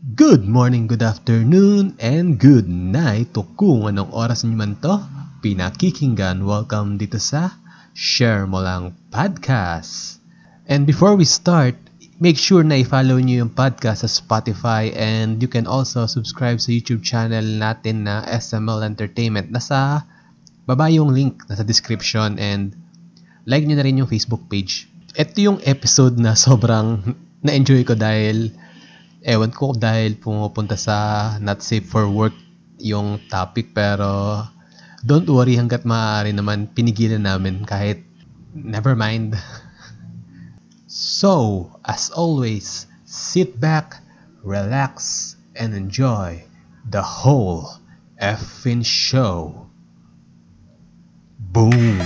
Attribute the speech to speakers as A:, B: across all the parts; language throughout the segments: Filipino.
A: Good morning, good afternoon, and good night to kung anong oras niyo man to pinakikinggan. Welcome dito sa Share Mo Lang Podcast. And before we start, make sure na i-follow niyo yung podcast sa Spotify and you can also subscribe sa YouTube channel natin na SML Entertainment. Nasa baba yung link, nasa description and like nyo na rin yung Facebook page. Ito yung episode na sobrang na-enjoy ko dahil, ewan ko dahil pumupunta sa not safe for work yung topic pero don't worry hanggat maaari naman pinigilan namin kahit never mind. so, as always, sit back, relax, and enjoy the whole effing show. Boom!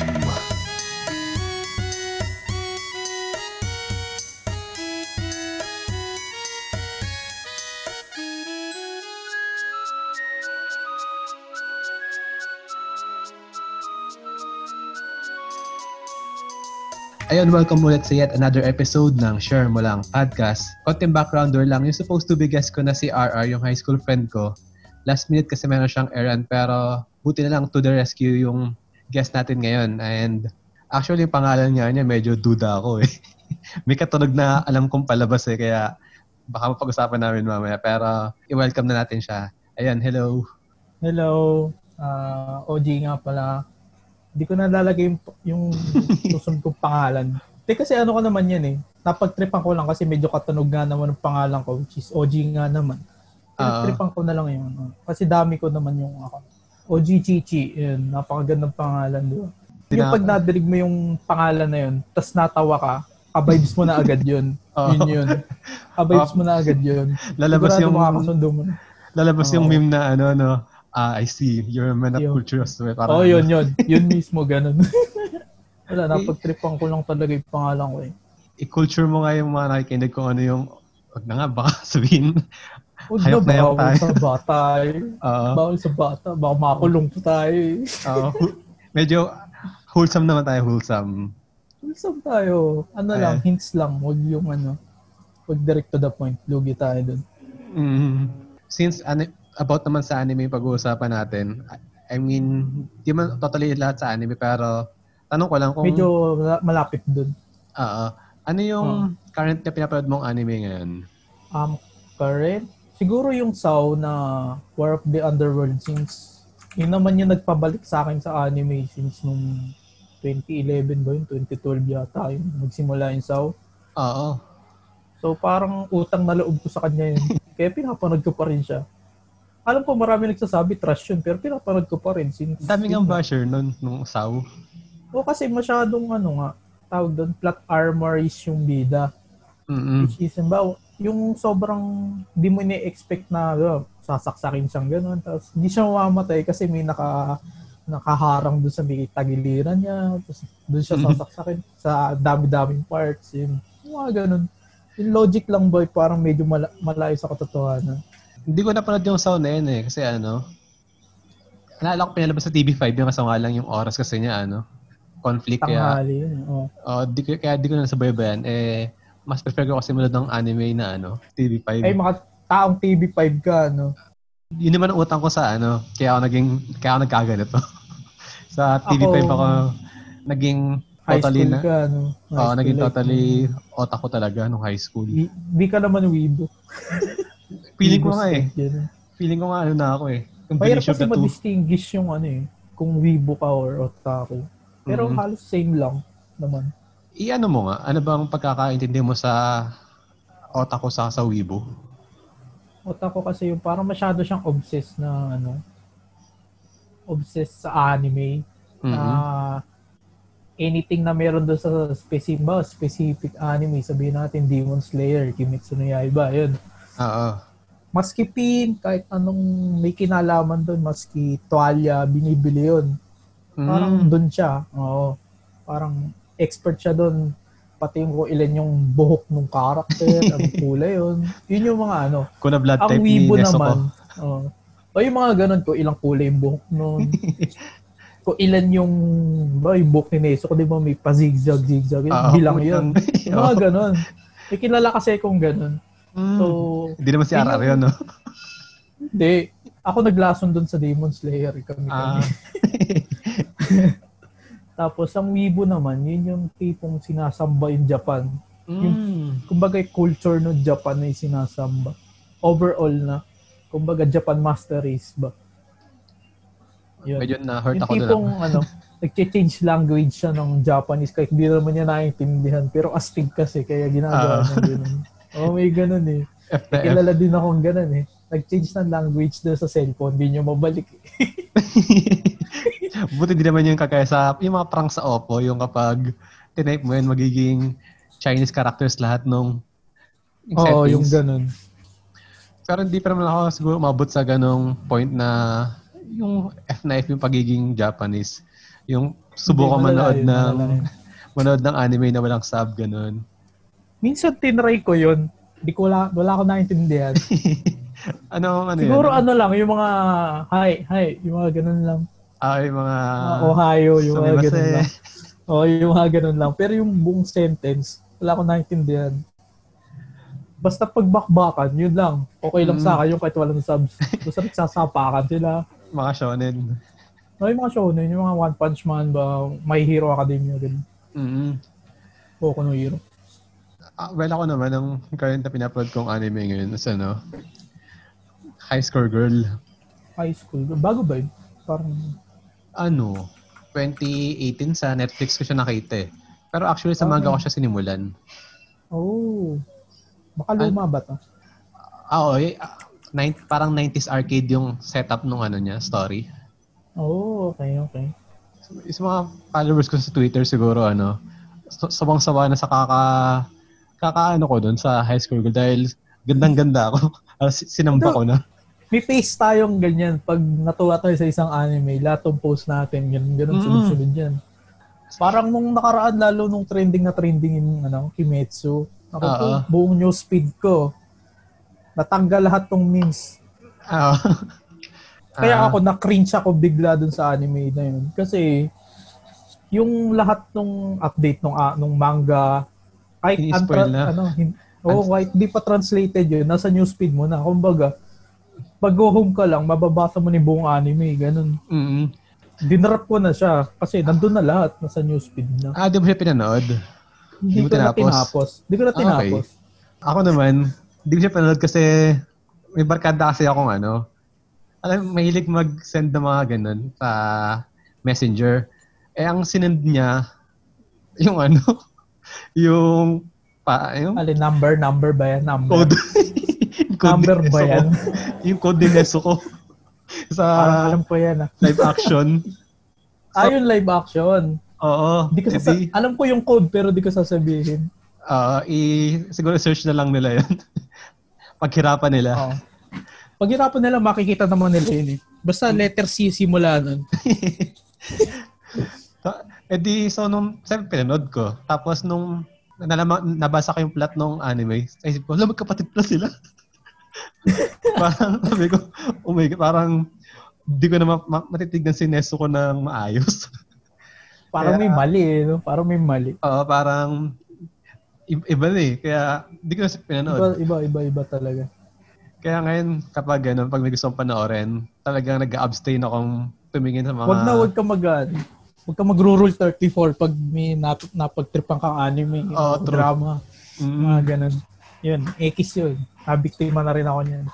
A: Ayun, welcome ulit sa yet another episode ng Share Mo Lang Podcast. Konting backgrounder lang, yung supposed to be guest ko na si RR, yung high school friend ko. Last minute kasi meron siyang errand, pero buti na lang to the rescue yung guest natin ngayon. And actually, yung pangalan nga niya, medyo duda ako eh. May katunog na alam kong palabas eh, kaya baka mapag-usapan namin mamaya. Pero i-welcome na natin siya. Ayan, hello.
B: Hello, ah, OG nga pala. Hindi ko na lalagay yung, yung susunod kong pangalan. Hindi kasi ano ko naman yan eh. Napagtripan ko lang kasi medyo katunog nga naman ang pangalan ko, which is OG nga naman.
A: Ah,
B: Pinagtripan ko na lang yun. oh. Kasi dami ko naman yung ako. OG Chichi, yun, napakagandang pangalan doon. Yung
A: Tinapa-
B: pag nadirig mo yung pangalan na yun, tas natawa ka, ka-vibes mo na agad yun.
A: Oo.
B: Yun yun. Ka-vibes mo na agad yun.
A: Oh. Lalabas
B: Sigurado
A: yung
B: makakasundo mo.
A: lalabas yung
B: Oo.
A: meme na ano no. Ah, I see. You're a man of
B: Yun.
A: culture. So, parang
B: Oo, oh,
A: ano.
B: yun, yun. Yun mismo, ganun. Wala, napagtripan ko lang talaga yung pangalan ko eh.
A: i-culture mo nga yung mga nakikinig kung ano yung, wag na nga, baka sabihin,
B: Huwag na,
A: Hayop na yung
B: bawal
A: tayo.
B: sa bata eh.
A: uh,
B: Bawal sa bata. Baka makulong po tayo eh.
A: uh, hu- medyo wholesome naman tayo, wholesome.
B: Wilson tayo. Ano
A: Ayan.
B: lang, hints lang. Huwag yung ano, huwag direct to the point. Lugi tayo dun.
A: Mm. Since ani- about naman sa anime yung pag-uusapan natin, I- I mean, di man totally lahat sa anime, pero tanong ko lang kung,
B: Medyo mala- malapit dun.
A: ah, ah, ano yung current na pinapanood mong anime ngayon?
B: Um, current? Siguro yung Saw na War of the Underworld since yun naman yung nagpabalik sa akin sa anime since nung 2011 ba yun? 2012 yata yun. Nagsimula yung Saw.
A: Oo.
B: So parang utang na loob ko sa kanya yun. Kaya pinapanood ko pa rin siya. Alam ko marami nagsasabi trash yun pero pinapanood ko pa rin since...
A: Ang Dami ngang basher nun, nung saw.
B: O kasi masyadong ano nga, tawag doon, plot armor is yung bida.
A: Mm-mm.
B: Which is, ba, yung sobrang di mo ni-expect na uh, sasaksakin siyang gano'n. Tapos hindi siya mamamatay kasi may naka nakaharang doon sa may tagiliran niya. Tapos doon siya
A: Mhm.
B: sasaksakin sa dami-daming parts. Yun. Mga ganun. Yung logic lang boy, parang medyo mala- malayo sa katotohanan.
A: Hindi ko napanood yung sound na yun eh. Kasi ano, naalala ko pinalabas sa TV5 yung kaso nga lang yung oras kasi niya ano, conflict kaya,
B: Tanghali yun. Oh.
A: oh, di, ko- kaya di ko na sabayan. Eh, mas prefer ko kasi manood ng anime na ano, TV5.
B: Ay, mga taong TV5 ka, ano, no?
A: Yun naman ang utang ko sa ano, kaya ako naging, kaya ako nagkaganito. sa TV5 ako,
B: Ako,
A: naging
B: High
A: totally
B: school
A: na,
B: ka, no? High
A: oo,
B: school
A: naging
B: life. Mm.
A: totally otak ko talaga nung high school.
B: Di, di ka naman weebo.
A: Feeling ko
B: Weebo
A: nga eh.
B: state yun.
A: Feeling ko nga ano na ako eh. Combination of
B: Mahirap kasi
A: the two.
B: ma-distinguish yung ano eh, kung weebo ka or otaku. Pero
A: Mhm.
B: halos same lang naman.
A: I-ano mo nga, ano bang pagkakaintindi mo sa otaku sa sa Weibo?
B: Otaku kasi yung parang masyado siyang obsessed na ano, obsessed sa anime. Na
A: Ah,
B: anything na meron doon sa specific, specific anime, sabihin natin Demon Slayer, Kimetsu no Yaiba, yun.
A: Oo.
B: Maski pin, kahit anong may kinalaman doon, maski tuwalya, binibili yun. Parang
A: Mm.
B: doon siya. Oo. Parang expert siya doon. Pati yung kung ilan yung buhok ng character, ang kulay yun. Yun yung mga ano.
A: Kung na blood
B: Ang
A: type ni
B: wibo
A: Neso ko.
B: naman. Oo. O yung mga ganun, kung ilang kulay yung buhok nun. kung ilan yung, ba, yung buhok ni Neso ko, di ba may pa-zigzag, zigzag. Yun,
A: Ah, Oo,
B: bilang
A: kung
B: yun.
A: ilang-
B: Yung mga ganun. May kilala kasi kung ganun.
A: Mm.
B: So,
A: Hindi naman si RR yun, no?
B: hindi. Ako naglason dun sa Demon Slayer. Kami,
A: Ah.
B: kami. Tapos ang Weibo naman, yun yung tipong sinasamba in Japan.
A: Mm.
B: Kumbaga yung culture ng Japan na yung sinasamba. Overall na. Kumbaga Japan Master Race ba? Yun.
A: Medyo na-hurt
B: yung
A: ako ah. doon.
B: tipong ano, nag-change language siya ng Japanese kahit hindi naman niya naiintindihan. Pero astig kasi, kaya
A: Ah.
B: ginagawa niya ganun. Oo, may ganun eh.
A: F na F.
B: Kilala din akong ganun eh. Nag-change ng language doon sa cellphone, hindi niyo mabalik. eh.
A: Buti di naman yung kagaya sa, yung mga prank sa Oppo, yung kapag tinype mo yun, magiging Chinese characters lahat nung yung
B: Oo, Oh, yung
A: settings.
B: ganun.
A: Pero hindi pa naman ako siguro umabot sa ganong point na yung F na F yung pagiging Japanese. Yung subukan
B: Hindi, malala
A: manood
B: yun,
A: ng
B: malala yun.
A: manood ng anime na walang sub ganun.
B: Minsan tinry ko yun. Di ko wala, wala ko naintindihan.
A: Ano ano
B: Siguro
A: yun?
B: ano lang, yung mga hi, hi, yung mga ganun lang.
A: Ah, yung mga
B: Mga Ohio, yung mga
A: sumimase.
B: ganun lang. Oo, yung mga ganun lang. Pero yung buong sentence, wala ko naintindihan. Basta pagbakbakan, yun lang. Okay lang sa akin yung kahit walang subs. Basta nagsasapakan sila.
A: mga shonen.
B: No, yung mga shonen, yung mga One Punch Man ba, My Hero Academia, ganun.
A: Mm.
B: Boku no Hero.
A: Ah, well, ako naman, ang current na pinapload kong anime ngayon is ano, High Score Girl.
B: High school. Bago ba yun? Parang,
A: Ano, 2018 sa Netflix ko siya nakita eh. Pero actually sa manga ko siya sinimulan.
B: oh, baka luma ba to?
A: Ah, oo, eh, ah, nine- parang 90s arcade yung setup nung ano niya, story.
B: Oh, okay, okay.
A: Is mga followers ko sa Twitter siguro ano, so- sawang-sawa na sa kaka kakaano ko doon sa high school girl dahil gandang-ganda ako. Ah, si- Sinamba ko na.
B: May face tayong ganyan pag natuwa tayo sa isang anime, lahat ng post natin, ganun, ganun,
A: Mm.
B: sunod-sunod yan. Parang nung nakaraan, lalo nung trending na trending yung ano, Kimetsu, ako po,
A: Oo.
B: buong news feed ko, natanggal lahat ng memes.
A: Ah,
B: Kaya
A: ah,
B: ako, na-cringe ako bigla dun sa anime na yun. Kasi, yung lahat ng update ng ah, nung manga, kahit
A: Ini-spoil
B: antra-
A: na.
B: ano, hin- oo, kahit di pa translated yun, nasa newsfeed mo na. Kumbaga, pag go home ka lang, mababasa mo ni buong anime, ganun.
A: mm.
B: Dinrap ko na siya kasi nandun na lahat, nasa newsfeed na.
A: Ah, di mo siya pinanood?
B: Hindi
A: mo
B: ko
A: tinapos?
B: na tinapos. Hindi ko na
A: Ah, okay.
B: tinapos.
A: Ako naman, hindi ko siya panood kasi may barkada kasi akong ano. Alam, mahilig mag-send ng mga ganun sa messenger. Eh, ang sinend niya, yung ano, yung, pa, yung
B: Alin, number, number ba yan? Number.
A: code. yung code
B: number
A: ni
B: ba
A: Neso ko.
B: yan?
A: Yung code ni Neso ko sa
B: Parang alam ko yan. Ah,
A: live action.
B: Ah, yung live action.
A: Oo.
B: Di ko
A: eh
B: sasa-
A: di,
B: alam ko yung code pero di ko sasabihin.
A: ah, i, siguro search na lang nila yun. Paghirapan nila.
B: Oo. Pag hirapan nila, makikita naman nila yun eh. Basta
A: Hmm.
B: letter C simula nun.
A: Ta- Eh di, so nung, siyempre pinanood ko. Tapos nung, nalama, nabasa ko yung plot nung anime, sa isip ko, alam, magkapatid pala sila. parang, sabi ko, oh my God, parang, di ko na ma- ma- matitignan si Neso ko ng maayos.
B: Parang
A: Kaya-
B: may mali eh. No? Parang may mali.
A: Oo, parang, i- iba na eh. Kaya, di ko na siya pinanood.
B: Iba, iba, iba, iba talaga.
A: Kaya ngayon, kapag ano, pag may gusto kong panoorin, talagang nag-abstain akong tumingin sa mga...
B: Wag na wag ka mag uh, wag ka magro-rule 34 pag may nap napagtripan kang anime
A: Oo,
B: o
A: Ah, true.
B: drama.
A: Mm.
B: Mga ganun. Yun, X yun. Nabiktima na rin ako niyan.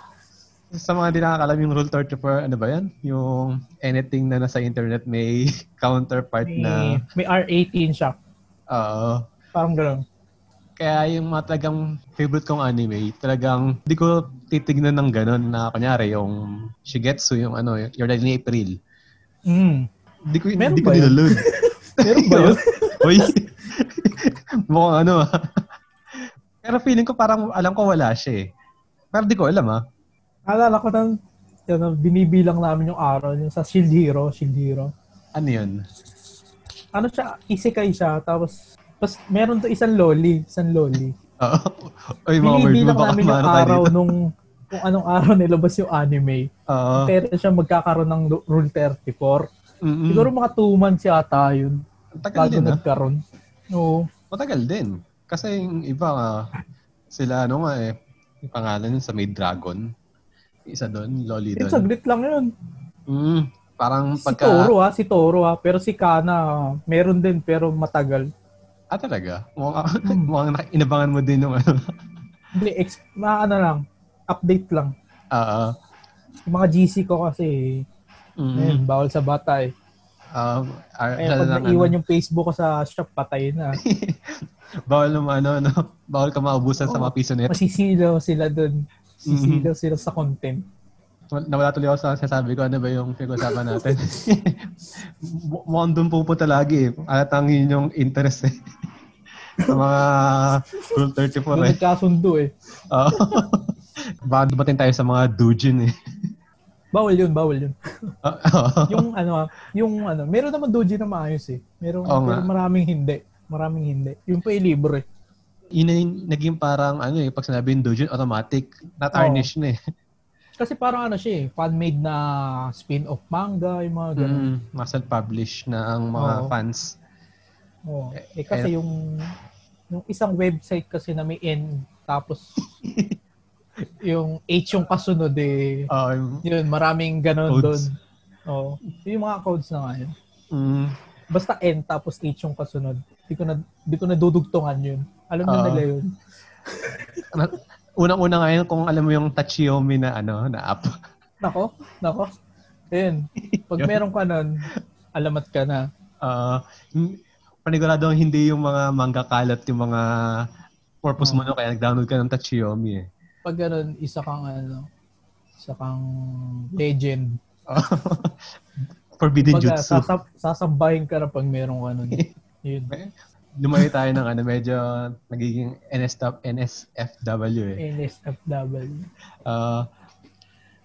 A: Sa mga di nakakalam yung Rule 34, ano ba yan? Yung anything na nasa internet may counterpart
B: May,
A: na.
B: may R18 siya.
A: Oo.
B: Parang ganun.
A: Kaya yung mga talagang favorite kong anime, talagang di ko titignan ng ganun na kunyari yung Shigetsu, yung ano, yung Your Lie ni April.
B: Mm.
A: Di ko,
B: Meron
A: di ko
B: ba yun?
A: nilaload.
B: Meron ba yun?
A: Uy! Mukhang ano ah. Pero feeling ko parang alam ko wala siya eh. Pero di ko alam ah.
B: Alala ko na, yun, binibilang namin yung araw, yung sa Shield Hero, Shield Hero.
A: Ano yun?
B: ano siya, isekay siya, tapos, tapos meron to isang loli, isang loli.
A: Oo. Uy, mga word mo
B: Binibilang
A: baka
B: namin yung
A: kumara tayo
B: araw
A: dito.
B: nung, kung anong araw nilabas yung anime.
A: Oo.
B: Pero siya magkakaroon ng lu- Rule 34.
A: Mm-mm.
B: Siguro mga 2 months yata yun,
A: Ang Hmm. tagal
B: bago
A: din ah.
B: nagkaroon. Oo.
A: Matagal din. Kasi yung iba, ah, sila ano nga eh, Yung pangalan nun sa may dragon. Isa doon, Loli
B: Yun,
A: doon.
B: saglit lang yun.
A: Mm, parang
B: Si
A: pagka...
B: Toro ha, si Toro ha. Pero si Kana, ah, meron din pero matagal.
A: Ah, talaga? Mukhang, mukhang naki- inabangan mo din yung ano.
B: Hindi, ex- ma- ano lang, update lang.
A: Oo.
B: Yung mga GC ko kasi,
A: Mm,
B: ayun, bawal sa bata eh.
A: um, ar-
B: Ayun,
A: ano
B: pag
A: lang,
B: naiwan
A: ano,
B: yung Facebook ko sa shop, patay na.
A: bawal naman, ano, ano, bawal ka maubusan sa
B: Oo.
A: mga piso net.
B: Masisilaw sila dun.
A: Mm-hmm.
B: Sisilaw sila sa content.
A: Nawala tuloy ako sa sasabi ko, ano ba yung pinag-usapan natin. Mu- mukhang doon pupunta lagi eh. Alatang yun yung interest eh. sa mga Rule 34
B: Doon
A: eh.
B: nagkasundo eh.
A: Oo. Baka dumating tayo sa mga dujin eh.
B: Bawal yun, bawal yun.
A: Oo.
B: Yung ano, ah, yung ano, meron naman doji na maayos eh. Meron,
A: Oo
B: pero
A: nga.
B: maraming hindi. Maraming hindi. Yung pa eh, libre.
A: yun na yung naging parang ano eh, pag sinabi yung dojo, automatic, not
B: Oo.
A: tarnish na eh.
B: Kasi parang ano siya eh, fan-made na spin-off manga, yung mga ganun.
A: Mm, mga self-publish na ang mga
B: Oo.
A: fans. Mm.
B: Oo. Eh kasi yung yung isang website kasi na may N tapos yung H yung kasunod eh.
A: Um,
B: Yun, maraming ganun doon.
A: Codes.
B: Oo. Yung mga codes na nga yun.
A: mm,
B: Basta N tapos H yung kasunod. Di ko na di ko nadudugtungan yun. Alam na
A: Oo.
B: nila yun.
A: na- unang-una nga yun kung alam mo yung Tachiyomi na ano, na app.
B: Nako, nako. Ayun. Pag meron ka nun, alamat ka na.
A: Uh, paniguradong hindi yung mga manga kalat yung mga purpose mo no, kaya nag-download ka ng Tachiyomi eh.
B: Pag ganun, isa kang ano, isa kang legend.
A: Forbidden
B: Pag
A: Jutsu.
B: sasab- sasabahin ka na pag meron ka nun. Yun.
A: Lumayo tayo ng ano, medyo nagiging NS top- NSFW eh.
B: NSFW.
A: Ah,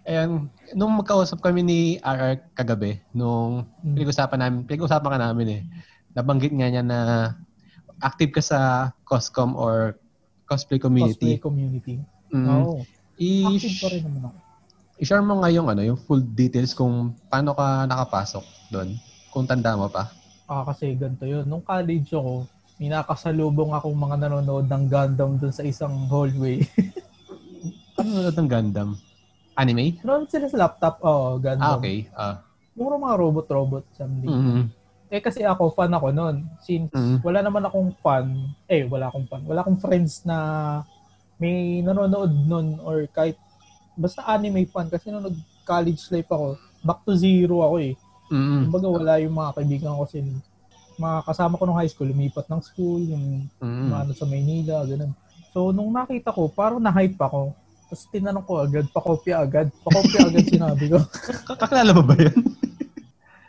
A: ayan, nung magkausap kami ni RR kagabi, nung
B: Mm.
A: pinag-usapan namin, pinag-usapan ka namin eh, nabanggit nga niya na active ka sa COSCOM or cosplay
B: Cosplay
A: community.
B: community.
A: Mm.
B: Oo.
A: I-
B: Active pa rin naman ako.
A: I-share mo nga yung, ano, yung full details kung paano ka nakapasok doon. Kung tanda mo pa.
B: Ah, kasi ganito yun. Nung college ako, may nakasalubong akong mga nanonood ng Gundam dun sa isang hallway.
A: Paano nanonood ng Ano Gundam? Anime?
B: Nanonood sila sa laptop. Oo, Gundam.
A: Ah, okay. Ah,
B: Puro mga robot-robot something.
A: mm,
B: Eh kasi ako, fan ako noon. Since
A: Mm.
B: wala naman akong fan, eh wala akong fan, wala akong friends na may nanonood noon or kahit basta anime fan kasi nung nag-college life ako, back to zero ako eh.
A: mm,
B: Kumbaga wala yung mga kaibigan ko kasi mga kasama ko nung high school, lumipat ng school, yung
A: mm,
B: mga ano sa Maynila, ganun. So nung nakita ko, parang na-hype ako. Tapos tinanong ko agad, pakopya agad. Pakopya agad sinabi ko.
A: Kakilala mo ba yun?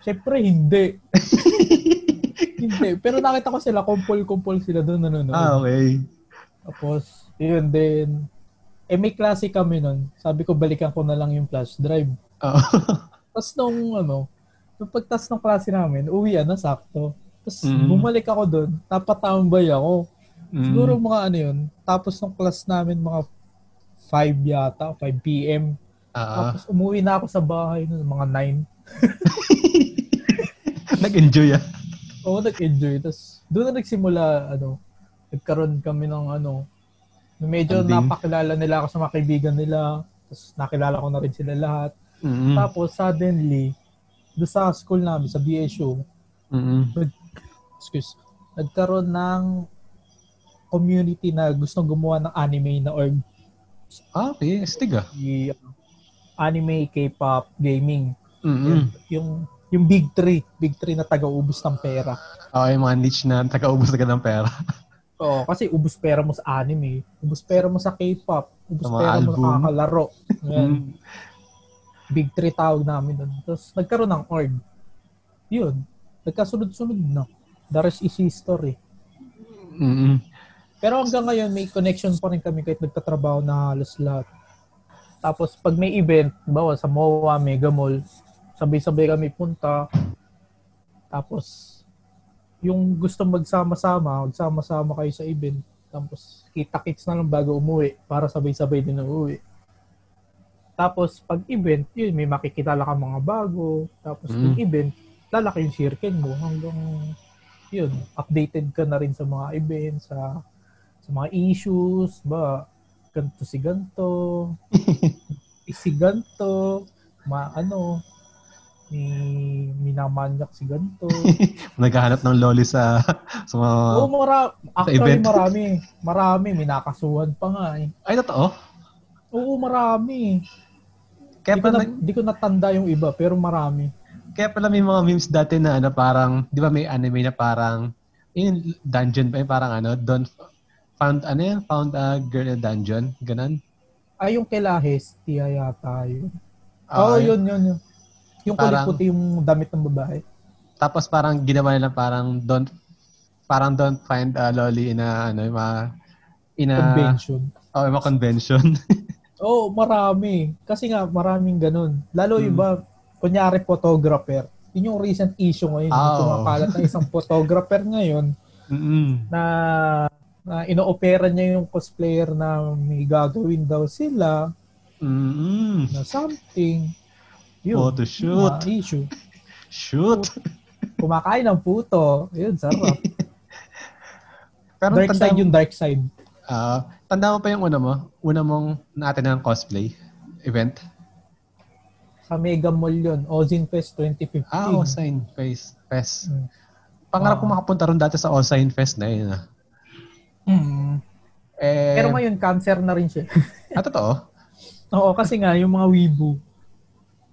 B: Siyempre, hindi. hindi. Pero nakita ko sila, kumpol-kumpol sila doon nanonood.
A: Ah, okay.
B: Tapos, yun din. Eh, may klase kami nun. Sabi ko, balikan ko na lang yung flash drive.
A: Oo.
B: Tapos nung, ano, nung pagtas ng klase namin, uwi na, sakto. Tapos
A: Mm.
B: bumalik ako doon, napatambay ako.
A: Mm.
B: Siguro mga ano yun, tapos ng class namin mga 5 yata, 5 p.m.
A: Ah,
B: Tapos umuwi na ako sa bahay noon, mga 9.
A: nag-enjoy ah.
B: Oo, nag-enjoy. Tapos, doon na nagsimula, ano, nagkaroon kami ng, ano, medyo
A: Bonding.
B: napakilala nila ako sa mga kaibigan nila. Tapos, nakilala ko na rin sila lahat.
A: Mm.
B: Tapos, suddenly, doon sa school namin, sa BSU,
A: Mm.
B: excuse, nagkaroon ng community na gustong gumawa ng anime na org.
A: Ah, okay. Astig ah.
B: Y- anime, K-pop, gaming.
A: Mm-mm.
B: Yung, yung big three. Big three na taga-ubos ng pera.
A: Okay, Ah, mga niche na taga-ubos agad ng pera.
B: Oo, kasi ubus pera mo sa anime, ubus pera mo sa K-pop, ubus
A: Sa mga
B: pera mo
A: album.
B: sa kakalaro. Ayan,
A: Mm.
B: Big three tawag namin doon. Tapos nagkaroon ng org. Yun. Nagkasunod-sunod na. The rest is history.
A: Mm-mm.
B: Pero hanggang ngayon, may connection pa rin kami kahit nagtatrabaho na halos lahat. Tapos pag may event, bawa sa MOA, Mega Mall, sabay-sabay kami punta. Tapos yung gusto magsama-sama, magsama-sama kayo sa event. Tapos kita-kits na lang bago umuwi para sabay-sabay din umuwi. Tapos pag event, yun, may makikilala ka mga bago. Tapos
A: Mm.
B: pag event, lalaki yung circle mo hanggang yun, updated ka na rin sa mga events, sa sa mga issues, ba, ganto si ganto, si ganto, ma ano, ni minamanyak si ganto.
A: Naghahanap ng loli sa, sa mga...
B: Oo, mara- actually
A: Ah. event.
B: marami. Marami, minakasuhan pa nga eh.
A: Ay, totoo.
B: Oo, marami.
A: Kaya
B: Di ko,
A: pala,
B: na, di ko natanda yung iba, pero marami.
A: kaya pala may mga memes dati na ano, parang, di ba may anime na parang, yung dungeon ba, yun? parang ano, don't, found, ano yan, found a girl in a dungeon, ganun.
B: Ay, yung kay Lahes, tiya yata yun.
A: Ah,
B: Oo, Oh, yun, yun, yun. Yung
A: Parang-
B: kulit-puti yung damit ng babae.
A: Tapos parang ginawa nila parang don't, parang don't find a loli in a, ano, yung mga, in a,
B: Convention.
A: oh, yung mga convention.
B: Oo, marami. Kasi nga, maraming ganun.
A: Hmm.
B: Lalo yung iba, kunyari photographer. Yun yung recent issue ngayon.
A: Ah, oo.
B: Oh. Kumakalat ng isang photographer ngayon
A: Mm-mm.
B: na, na inoopera niya yung cosplayer na may gagawin daw sila
A: Mm-mm.
B: na something. Yun.
A: Photoshoot.
B: mga issue.
A: Shoot.
B: Kumakain ng puto. Yun, sarap.
A: Pero
B: dark
A: tanda,
B: side yung dark side.
A: ah, tanda mo pa yung una mo? Una mong natin ng cosplay event?
B: Sa Mega Mall yun. Ozin Fest 2015.
A: Ah, Osign Fest. Fest.
B: Mm.
A: Pangarap ko
B: Hmm. Ah.
A: makapunta ron dati sa Osign Fest na yun. ah.
B: Mm.
A: Eh,
B: Pero ngayon, cancer na rin siya.
A: ah, totoo?
B: Oo, kasi nga, yung mga wibu,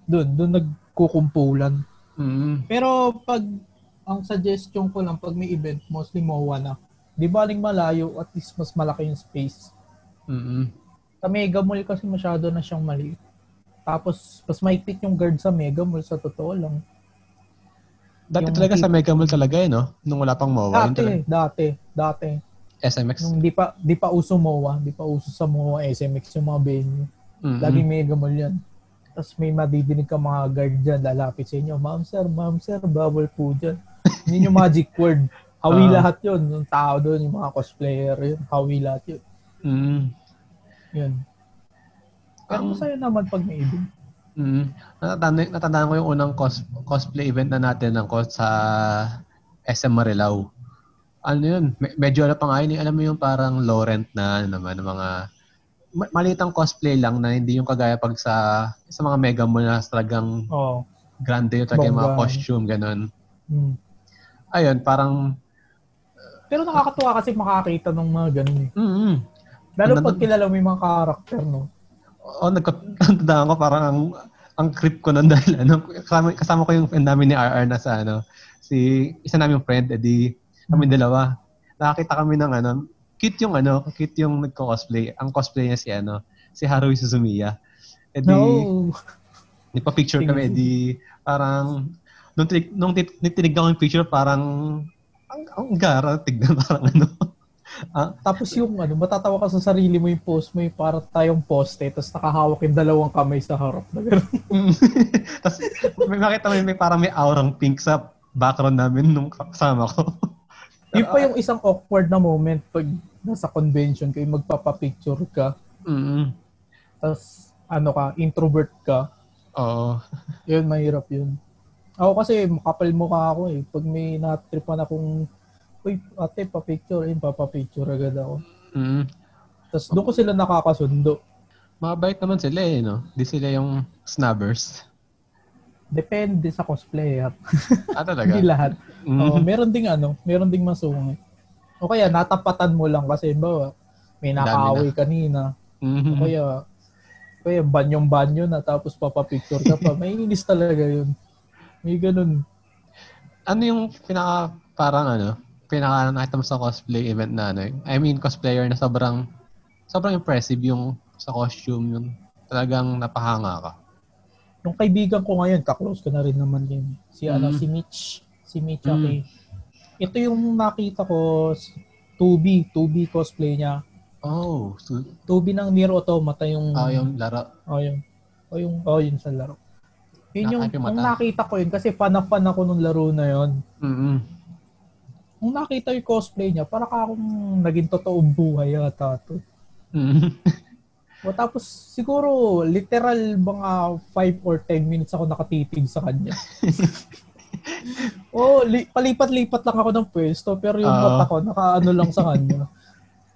B: doon, doon nagkukumpulan.
A: Mm.
B: Pero pag, ang suggestion ko lang, pag may event, mostly MOA na. Di baling malayo, at least mas malaki yung space.
A: Mm.
B: Sa Mega Mall kasi masyado na siyang maliit. Tapos, mas mahigpit yung guard sa Mega Mall, sa totoo lang.
A: Dati
B: Yung
A: talaga sa
B: tip-
A: Mega Mall talaga eh, no? Nung wala pang MOA. yun
B: Dati,
A: talaga.
B: dati, dati.
A: SMX.
B: Nung di pa, di pa uso MOA, di pa uso sa MOA, SMX yung mga venue.
A: Mm.
B: Lagi mega mall yan. Tapos may madidinig ka mga guard dyan, lalapit sa inyo, Ma'am sir, ma'am sir, bawal po dyan. Yun yung magic word. Hawi
A: Ah.
B: lahat yun. Yung tao doon, yung mga cosplayer, yun, hawi lahat yun.
A: Mm.
B: Yun. Pero
A: Ang-
B: masaya naman pag may ibig.
A: Mm. Natatanda, natandaan ko yung unang cos, cosplay event na natin ng cos, sa SM Marilao. Ano yun? Me- medyo ano pa nga yun. eh. Alam mo yung parang low rent na ano naman, ng mga ma- malitang cosplay lang na hindi yung kagaya pag sa sa mga mega mall na talagang
B: Oo.
A: grande yung talaga yung mga
B: Bongga.
A: costume, ganun.
B: Mm.
A: Ayun, parang,
B: Pero nakakatuwa kasi makakita ng mga ganun eh.
A: mm, mm.
B: Lalo
A: Ang-
B: pag kilala mo yung mga karakter, no?
A: Oo, nagka- natandaan Oh, ko parang ang, ang creep ko nun dahil ano, kasama, kasama ko yung friend namin ni RR na sa ano, si isa namin friend, edi kami
B: Mm.
A: dalawa. Nakakita kami ng ano, cute yung ano, cute yung nagko-cosplay. Ang cosplay niya si ano, si Haruhi Suzumiya. Edi,
B: No.
A: nagpa-picture kami,
B: Tingin.
A: edi parang, nung, tinig, nung tit- nung tinignan ko yung picture, parang, ang, ang gara, tignan parang ano.
B: Tapos yung ano, matatawa ka sa sarili mo yung post mo, yung parang tayong poste, tapos nakahawak yung dalawang kamay sa harap na gano'n.
A: Mm. Tapos, may makita mo, yun, may parang may aurang pink sa background namin nung kasama ko.
B: Yun pa yung isang awkward na moment pag nasa convention kayo, magpapapicture ka,
A: Mm-mm.
B: tapos ano ka, introvert ka.
A: Oo.
B: Yun, mahirap yun. Ako kasi makapal mukha ako eh. Pag may natripan akong, uy, ate, papicture, ayun, papapicture agad ako.
A: Mm.
B: Tapos doon ko sila nakakasundo.
A: Mabait naman sila eh, no? Di sila yung snubbers.
B: Depende sa cosplayer.
A: Ah, talaga?
B: Hindi lahat.
A: Mm.
B: Oo, meron ding ano, meron ding masungit. O kaya natapatan mo lang kasi bawa may
A: Dami na.
B: nakaaway kanina.
A: Mhm.
B: O kaya kaya banyong-banyo na tapos papapicture ka pa. Mainginis talaga 'yun. May ganun.
A: Ano yung pinaka, parang ano, pinaka nakita mo sa cosplay event na ano? eh? I mean, cosplayer na sobrang, sobrang impressive yung sa costume, yung talagang napahanga ka.
B: Yung kaibigan ko ngayon, kaklose ko na rin naman yun. Si ano,
A: Mm.
B: si Mitch, si Mitch
A: Mm.
B: Aki. Ito yung nakita ko s- 2B, 2B cosplay niya.
A: Oh, so,
B: 2B ng Nier Automata yung
A: ah, yung laro.
B: Oh, yun. O yung, oh, yun sa laro. Yun yung,
A: Nakakaiba
B: nung
A: mata.
B: nakita ko yun, kasi fan na fan ako nung laro na yun.
A: Mm-mm.
B: Nung nakita yung cosplay niya, para ka akong naging totoong buhay yata to.
A: Mm-mm.
B: O tapos, siguro, literal mga 5 or 10 minutes ako nakatitig sa kanya. Oo, li- palipat-lipat lang ako ng pwesto, pero yung
A: Oo.
B: mata ko, nakaano lang sa kanya.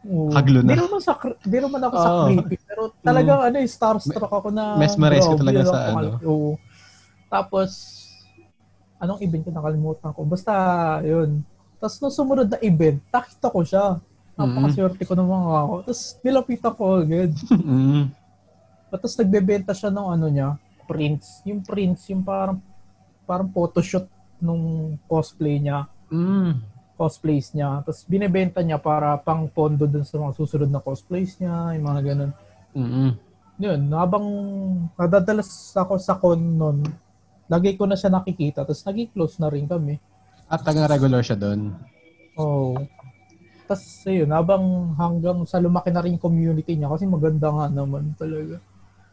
B: Oo.
A: Ah. Haglo na. Ah.
B: Di naman, sa, cre- di naman ako sa
A: Oo.
B: creepy. Pero talagang ano, eh, starstruck ako na...
A: mesmerized ka
B: grabe,
A: talaga
B: ano,
A: sa
B: pangal-
A: ano.
B: Oo. Tapos, anong event ko nakalimutan ko? Basta, yun. Tapos nung sumunod na event, nakita ko siya.
A: Mm-hmm.
B: Napakaswerte ko naman ako. Tapos nilapitan ko agad.
A: Mm.
B: Tapos nagbebenta siya ng ano niya, prints. Yung prints, yung parang parang photoshoot nung cosplay niya,
A: Mm.
B: cosplays niya. Tapos binebenta niya para pang pondo dun sa mga susunod na cosplays niya, yung mga ganun.
A: Mm.
B: Yun, habang nadadalas ako sa con nun, lagi ko na siya nakikita. Tapos naging close na rin kami.
A: At tagang regular siya doon.
B: Oo. Tapos yun, habang hanggang sa lumaki na rin yung community niya kasi maganda nga naman talaga.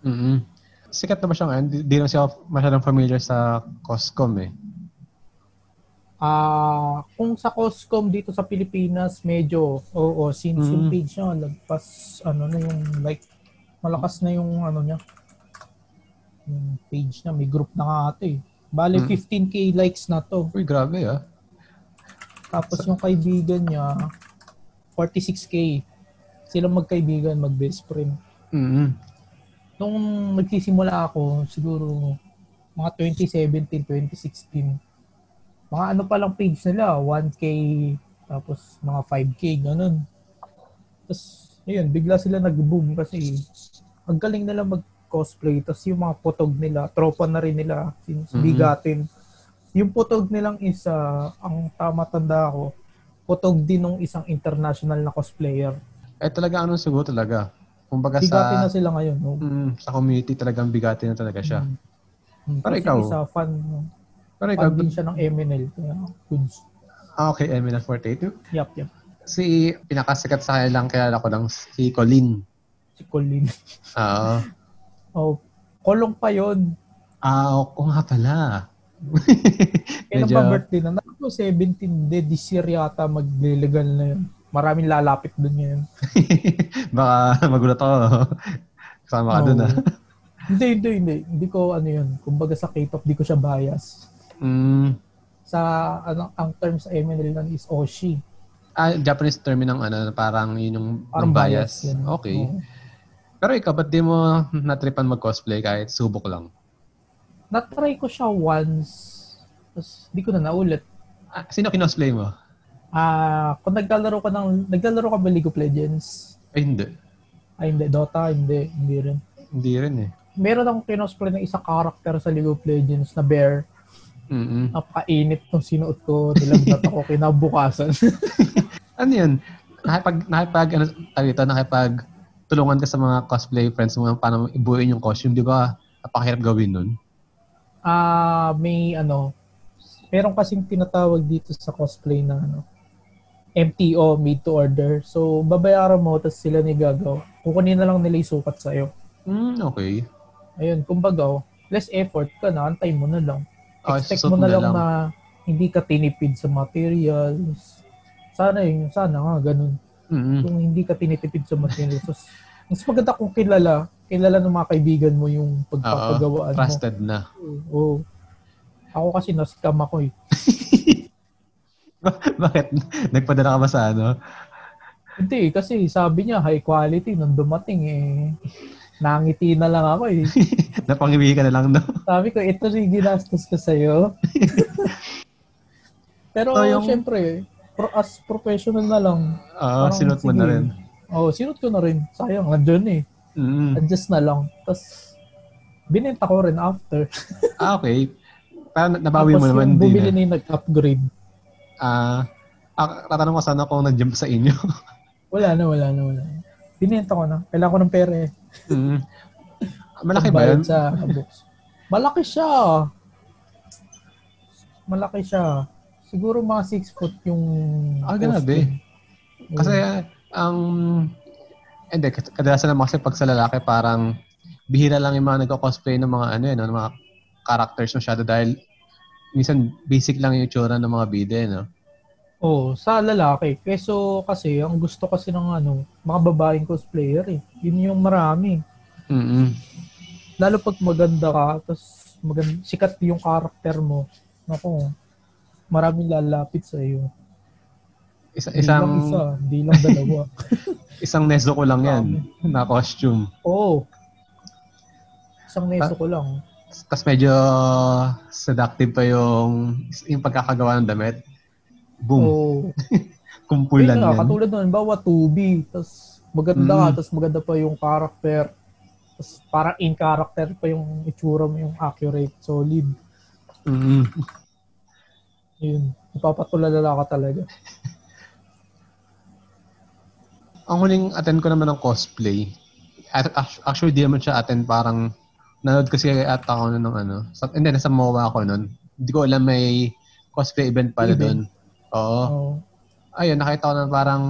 A: Mm. Sikat naman siya ngayon. Di, di naman eh, siya masyadong familiar sa Coscom eh.
B: Ah, kung sa Coscom dito sa Pilipinas, medyo oo, since
A: Mm.
B: yung page niya lagpas ano na yung like malakas na yung ano niya. Yung page niya, may group na nga ata eh. Bale,
A: Mm.
B: 15k likes na to.
A: Uy, grabe ah.
B: Tapos yung kaibigan niya, 46k. Sila magkaibigan, mag-best friend.
A: Mm.
B: Nung nagsisimula ako, siguro mga 2017, 2016, mga ano pa lang page nila, 1K, tapos mga 5K, ganun. Tapos, ayun, bigla sila nag-boom kasi ang galing nila mag-cosplay. Tapos yung mga potog nila, tropa na rin nila, since
A: Mhm.
B: bigatin. Yung potog nilang isa, ang tama tanda ko, potog din ng isang international na cosplayer.
A: Eh talaga ano siguro talaga. Kumbaga
B: Bigatin na
A: sa
B: sila ngayon. No?
A: mm, sa community talagang bigatin na talaga siya.
B: Mm.
A: Pero
B: Tapos
A: ikaw?
B: yung Isa, fan,
A: Pero ikaw,
B: fan din siya ng MNL. Kaya, goods.
A: ah, okay, Eminem 42.
B: Yap, yap.
A: Si pinakasikat sa kanilang kilala ko lang si Ah. Colin.
B: Si Colin.
A: Oo.
B: Oh, kolong pa yun.
A: Ah, oo nga pala.
B: Kailan
A: Medyo-
B: pa birthday na? Naku, 17 de this year yata maglilegal na yun. Maraming lalapit dun ngayon.
A: Baka magulat ako. Kasama ka
B: Oo.
A: dun ah.
B: Oh. hindi, hindi, hindi. Hindi ko ano yun. Kumbaga sa K-pop, di ko siya bias.
A: Mm.
B: Sa, ano, ang term sa MNL nun is Oshi.
A: Ah, Japanese term yun ng ano, parang yun yung,
B: Parang
A: ng bias.
B: yun. Oh.
A: Okay.
B: Oo.
A: Pero ikaw, ba't di mo natripan mag-cosplay kahit subok lang?
B: Natry ko siya once. Tapos, di ko na naulit.
A: Ah, sino kinosplay mo?
B: Ah, kung naglalaro ka ng, naglalaro ka ba League of Legends?
A: Ay, hindi.
B: Ay, hindi. Dota, hindi. Hindi rin.
A: Hindi rin eh.
B: Meron akong kinosplay ng isang karakter sa League of Legends na bear.
A: Mm-mm.
B: Napakainit nung sinuot ko. Nilagnat ako kinabukasan.
A: Ano yun? Nakipag, nakipag, ano, tawag dito, nakipag tulungan ka sa mga cosplay friends mo paano ibuuin yung costume, di ba? Napakahirap gawin nun.
B: Ah, may ano, meron kasing tinatawag dito sa cosplay na ano, MTO, made to order. So, babayaran mo, tapos sila ni gagawa. Kukunin na lang nila yung sukat sa'yo.
A: Mm, okay.
B: Ayun, kumbaga, oh, less effort ka na, antay mo na lang.
A: Ah,
B: expect
A: susuot
B: mo na
A: na
B: lang,
A: lang.
B: na hindi ka tinipid sa materials. Sana yun, sana nga, ganun.
A: Mm-mm.
B: Kung hindi ka tinitipid sa materials. Tapos, mas maganda kung kilala, kilala ng mga kaibigan mo yung pagpapagawaan mo.
A: Trusted na.
B: Oo. Ako kasi na-scam ako eh.
A: Bakit? Nagpadala ka ba sa ano?
B: Hindi eh, kasi sabi niya high quality nung dumating eh. Nangiti na lang ako eh.
A: Napangiwi ka na lang, no?
B: Sabi ko, ito rin ginastos ko sa'yo. Pero
A: So, yung-
B: syempre, pro, as professional na lang.
A: Oo, Ah,
B: Parang,
A: sinuot mo na
B: sige.
A: rin.
B: Oh, sinot ko na rin. Sayang, nandun eh.
A: Mm.
B: Adjust na lang. Tapos, binenta ko rin after.
A: Ah, okay. Parang nabawi mo
B: Tapos yung
A: naman
B: bumili
A: din. eh.
B: na yung nag-upgrade.
A: Ah, ah, tatanong ko sana kung nag-jump sa inyo.
B: Wala na, wala na, wala na. Binenta ko na. Kailangan ko ng pera eh.
A: Mm. Malaki ba yun?
B: Bayad sa books. Malaki siya. Malaki siya. Siguro mga 6 foot yung... eh.
A: Ah, grabe.
B: posting.
A: Kasi
B: Mm.
A: ang hindi kadalasan naman kasi pag sa lalaki parang bihira lang yung mga nagko-cosplay ng mga ano eh, no, ng mga characters masyado dahil minsan basic lang yung itsura ng mga bide, no?
B: Oo, Oh, sa lalaki. Keso kasi, ang gusto kasi ng ano, mga babaeng cosplayer eh. Yun yung marami.
A: Mm-mm.
B: Lalo pag maganda ka, tapos maganda, sikat yung karakter mo. Naku, maraming lalapit sa iyo.
A: Isa,
B: Di lang
A: isang,
B: isa, di lang dalawa.
A: isang neso ko lang yan na costume.
B: Oo.
A: Ah.
B: Isang neso ko lang.
A: Tapos medyo seductive pa yung, yung pagkakagawa ng damit. Boom.
B: Oo.
A: kumpulan
B: Oh. Ayun nga,
A: yan.
B: Katulad nun, bawa 2B, tapos maganda ka,
A: Mm.
B: tapos maganda pa yung character. Tapos parang in character pa yung itsura mo, yung accurate, solid.
A: Mm.
B: Yun. Napapatulala ka talaga.
A: Ang huling attend ko naman ng cosplay, at- act- actually di naman siya attend, parang nanood kasi at ako nun ng ano. Sa, hindi, nasa MOA ako nun. Hindi ko alam may cosplay event pala doon.
B: Event?
A: Oo.
B: Oo.
A: ayun, nakita ko na parang,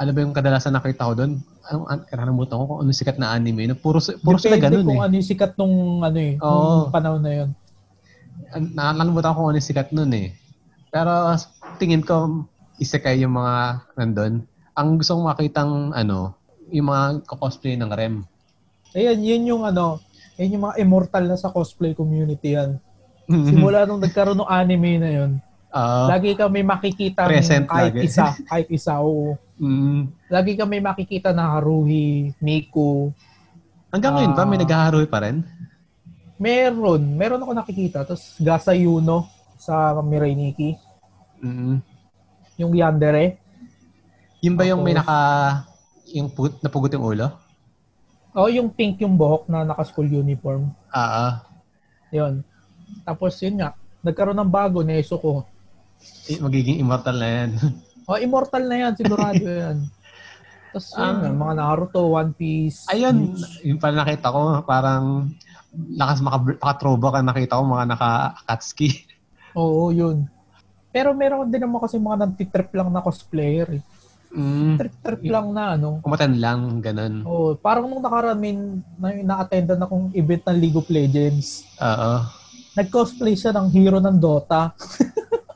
A: ano ba yung kadalasan nakita ko doon? Anong, an, nakalimutan ko kung ano sikat na anime. No? Puro, si- puro sila
B: Depende
A: ganun
B: kung
A: eh.
B: ano yung sikat nung, ano eh,
A: Oo.
B: nung panahon na yun.
A: An- Nakalimutan ko kung ano yung sikat nun eh. Pero s- tingin ko, isekay yung mga nandun. Ang gusto kong makitang ano, yung mga cosplay ng rem.
B: Ayan, yun yung ano, yun yung mga immortal na sa cosplay community yan. Simula nung nagkaroon ng anime na yun,
A: Mhm. Ah,
B: lagi kami makikita
A: Present
B: kahit
A: lagi.
B: isa, kahit isa, oo.
A: mm.
B: Lagi kami makikita na Haruhi, Miku.
A: hanggang ngayon ba may
B: Ah.
A: naghaharoy pa rin?
B: Meron, meron ako nakikita. Tapos Gasa Yuno sa Mirai Nikki.
A: Mm.
B: Yung Yandere.
A: Yun ba yung may
B: Tapos-
A: naka yung put, napugot yung ulo?
B: O Oh, yung pink yung buhok na naka-school uniform.
A: Ah,
B: Yun. Tapos yun nga, nagkaroon ng bago na
A: ah.
B: ko.
A: magiging immortal na yan.
B: O, Oh, immortal na yan, sigurado yan. Tapos yun
A: Ah.
B: nga, mga Naruto, One Piece.
A: Ayun,
B: Bleach.
A: yung pala nakita ko, parang lakas maka- makatroba ka nakita ko mga naka-akatsuki.
B: Oo, yun. Pero meron din naman kasi mga nagtitrip lang na cosplayer. eh.
A: Mm.
B: Trip-trip lang na ano.
A: Kumatan lang, ganun.
B: Oh, parang nung nakaraan, may na, na-attendan akong event ng League of Legends.
A: Oo.
B: Nag-cosplay siya ng hero ng Dota.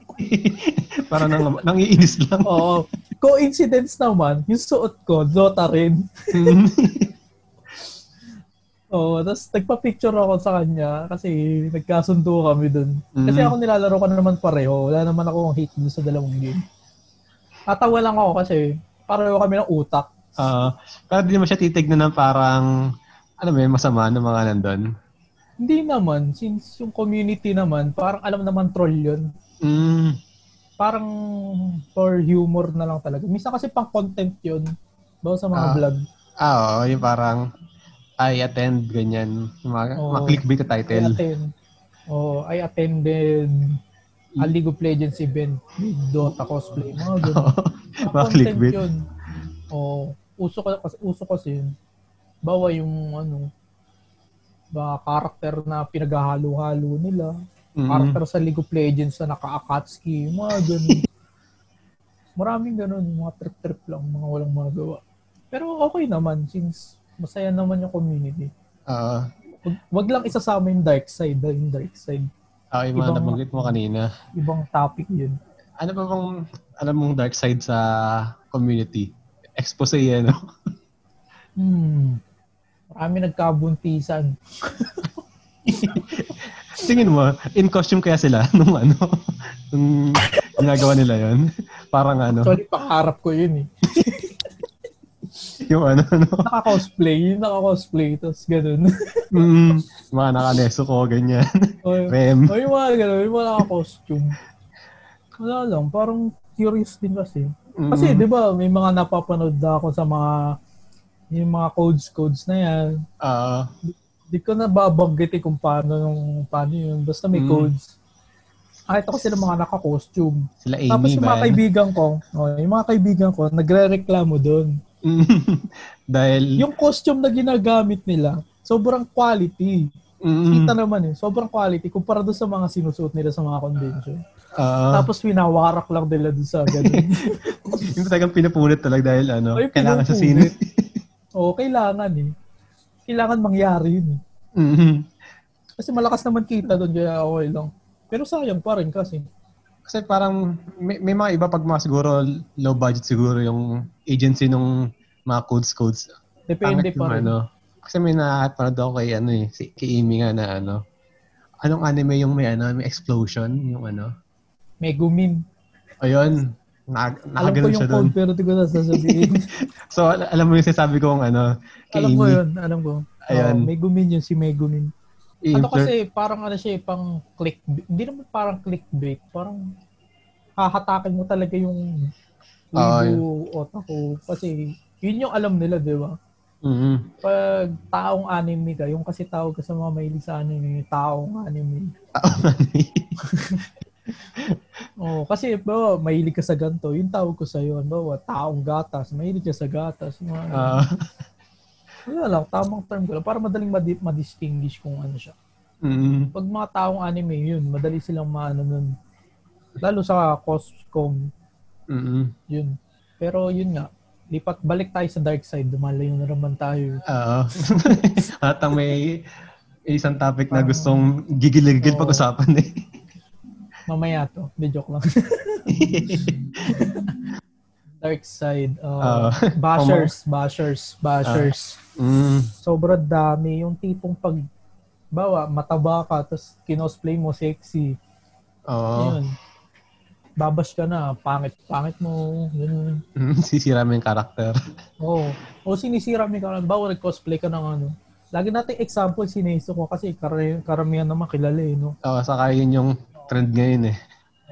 A: parang nang, nangiinis lang.
B: Oo. Coincidence naman, yung suot ko, Dota rin.
A: Mm.
B: Oo, tapos nagpa-picture ako sa kanya kasi nagkasundo kami dun. Kasi
A: Mhm.
B: ako nilalaro ko naman pareho. Wala naman akong hate dun sa dalawang game. Tatawa lang ako kasi pareho kami ng utak.
A: Oo. Pero Ah, di naman siya titignan ng parang, ano ba yun, masama ng mga nandun.
B: Hindi naman, since yung community naman, parang alam naman troll yun.
A: Mm.
B: Parang for humor na lang talaga. Minsan kasi pang content yun. Bawa sa mga
A: Ah.
B: vlog.
A: Ah, oo, yung parang, I attend, ganyan. Yung Mga,
B: Oo.
A: mga clickbait na
B: I
A: title.
B: attend. Oh, I attended a League of Legends event with Dota cosplay. Mga ganun.
A: Oo. mga
B: Content
A: clickbait.
B: Yun. Oo. uso ko kasi uso kasi yun. Bawa yung ano ba character na pinaghahalo-halo nila.
A: Mm.
B: Character sa League of Legends na naka-Akatsuki, mga ganun. Maraming ganun, mga trip-trip lang, mga walang magawa. Pero okay naman since masaya naman yung community.
A: Oo.
B: Wag, wag lang isasama yung dark side, ah, yung dark side.
A: Oo, yung mga
B: Ibang-
A: nabanggit mo kanina.
B: Ibang topic yun.
A: Ano ba bang alam mong dark side sa community? Expose eh, ano? yan, no?
B: Hmm. Marami nagkabuntisan.
A: Tingin mo, in costume kaya sila nung ano, nung ginagawa nila yon Parang ano,
B: Actually, pangarap ko yun eh.
A: yung ano, ano,
B: naka-cosplay, yung naka-cosplay, tapos ganun.
A: mm, mga nakaneso ko, ganyan.
B: o,
A: Rem.
B: o yung mga ganun, yung mga naka-costume. Wala lang, parang curious din kasi.
A: Mm,
B: Kasi, di ba, may mga napapanood na ako sa mga, yung mga codes-codes na yan.
A: oo.
B: Di ko na babanggitin kung paano, nung, paano yun. Basta may
A: Mm.
B: codes. Ah, ito kasi ng mga naka-costume.
A: sila Amy
B: Tapos yung
A: ba?
B: mga
A: yan?
B: kaibigan ko, oh, yung mga kaibigan ko, nagre-reklamo doon.
A: Mm, Dahil,
B: Yung costume na ginagamit nila, sobrang quality.
A: mm,
B: kita naman eh, sobrang quality kumpara doon sa mga sinusuot nila sa mga convention.
A: oo.
B: Tapos winawarak lang nila doon sa ganun.
A: yung talagang pinapunit talaga dahil ano,
B: Ay,
A: kailangan sa
B: Oh, pinupunit.
A: scene.
B: Oo, kailangan eh. Kailangan mangyari yun eh.
A: Mm.
B: Kasi malakas naman kita doon, kaya okay lang. Pero sayang pa rin kasi.
A: Kasi parang may, may mga iba pag mga siguro low budget siguro yung agency nung mga codes codes.
B: Depende
A: Pangit yung
B: pa rin.
A: Ano. Kasi may nakapanood ako kay ano eh, si, kay Amy nga na ano. Anong anime yung may ano, may explosion, yung ano.
B: May gumin.
A: Ayun. Na,
B: Alam ko
A: nakagano'n
B: yung
A: siya doon.
B: code pero di ko na sasabihin.
A: So, al- alam mo yung sinasabi kong ano, kay
B: alam ko
A: Amy.
B: yun, alam ko. Oo,
A: Ayan.
B: may gumin yun, si may gumin. Ano
A: I-flirt-
B: kasi, parang ano siya, eh, pang click, hindi naman parang clickbait, parang hahatakin mo talaga yung
A: Oo,
B: Weibo otaku. Kasi, yun yung alam nila, di ba?
A: Mhm.
B: Pag taong anime ka, yung kasi tawag ka sa mga mahilig sa anime, taong anime.
A: Oo, mami.
B: Oh, kasi ba mahilig ka sa ganito, yung tawag ko sa iyo, ba taong gatas, mahilig ka sa gatas, mga
A: Ah,
B: wala lang tamang term ko lang para madaling madi- ma-distinguish kung ano siya.
A: mhm.
B: Pag mga taong anime yun, madali silang maano nun. Lalo sa coscom,
A: Mhm.
B: yun. Pero yun nga, lipat balik tayo sa dark side, dumalayo na naman tayo.
A: Oo. ah, oh. At ang may isang topic na
B: Parang-
A: gustong gigil-gigil
B: Oo.
A: pag-usapan eh.
B: Mamaya to, di joke lang. dark side,
A: Ah.
B: uh, bashers, bashers, bashers.
A: mm.
B: sobrang dami yung tipong pag bawa mataba ka tapos kinosplay mo sexy
A: Oo.
B: yun babash ka na pangit pangit mo ganun
A: Mm, Sisira mo yung karakter.
B: oo o sinisira mo ka bawa nag-cosplay ka ng ano lagi nating example sinesto ko kasi kar- karamihan naman kilala eh no
A: Oo, saka yun yung trend ngayon eh.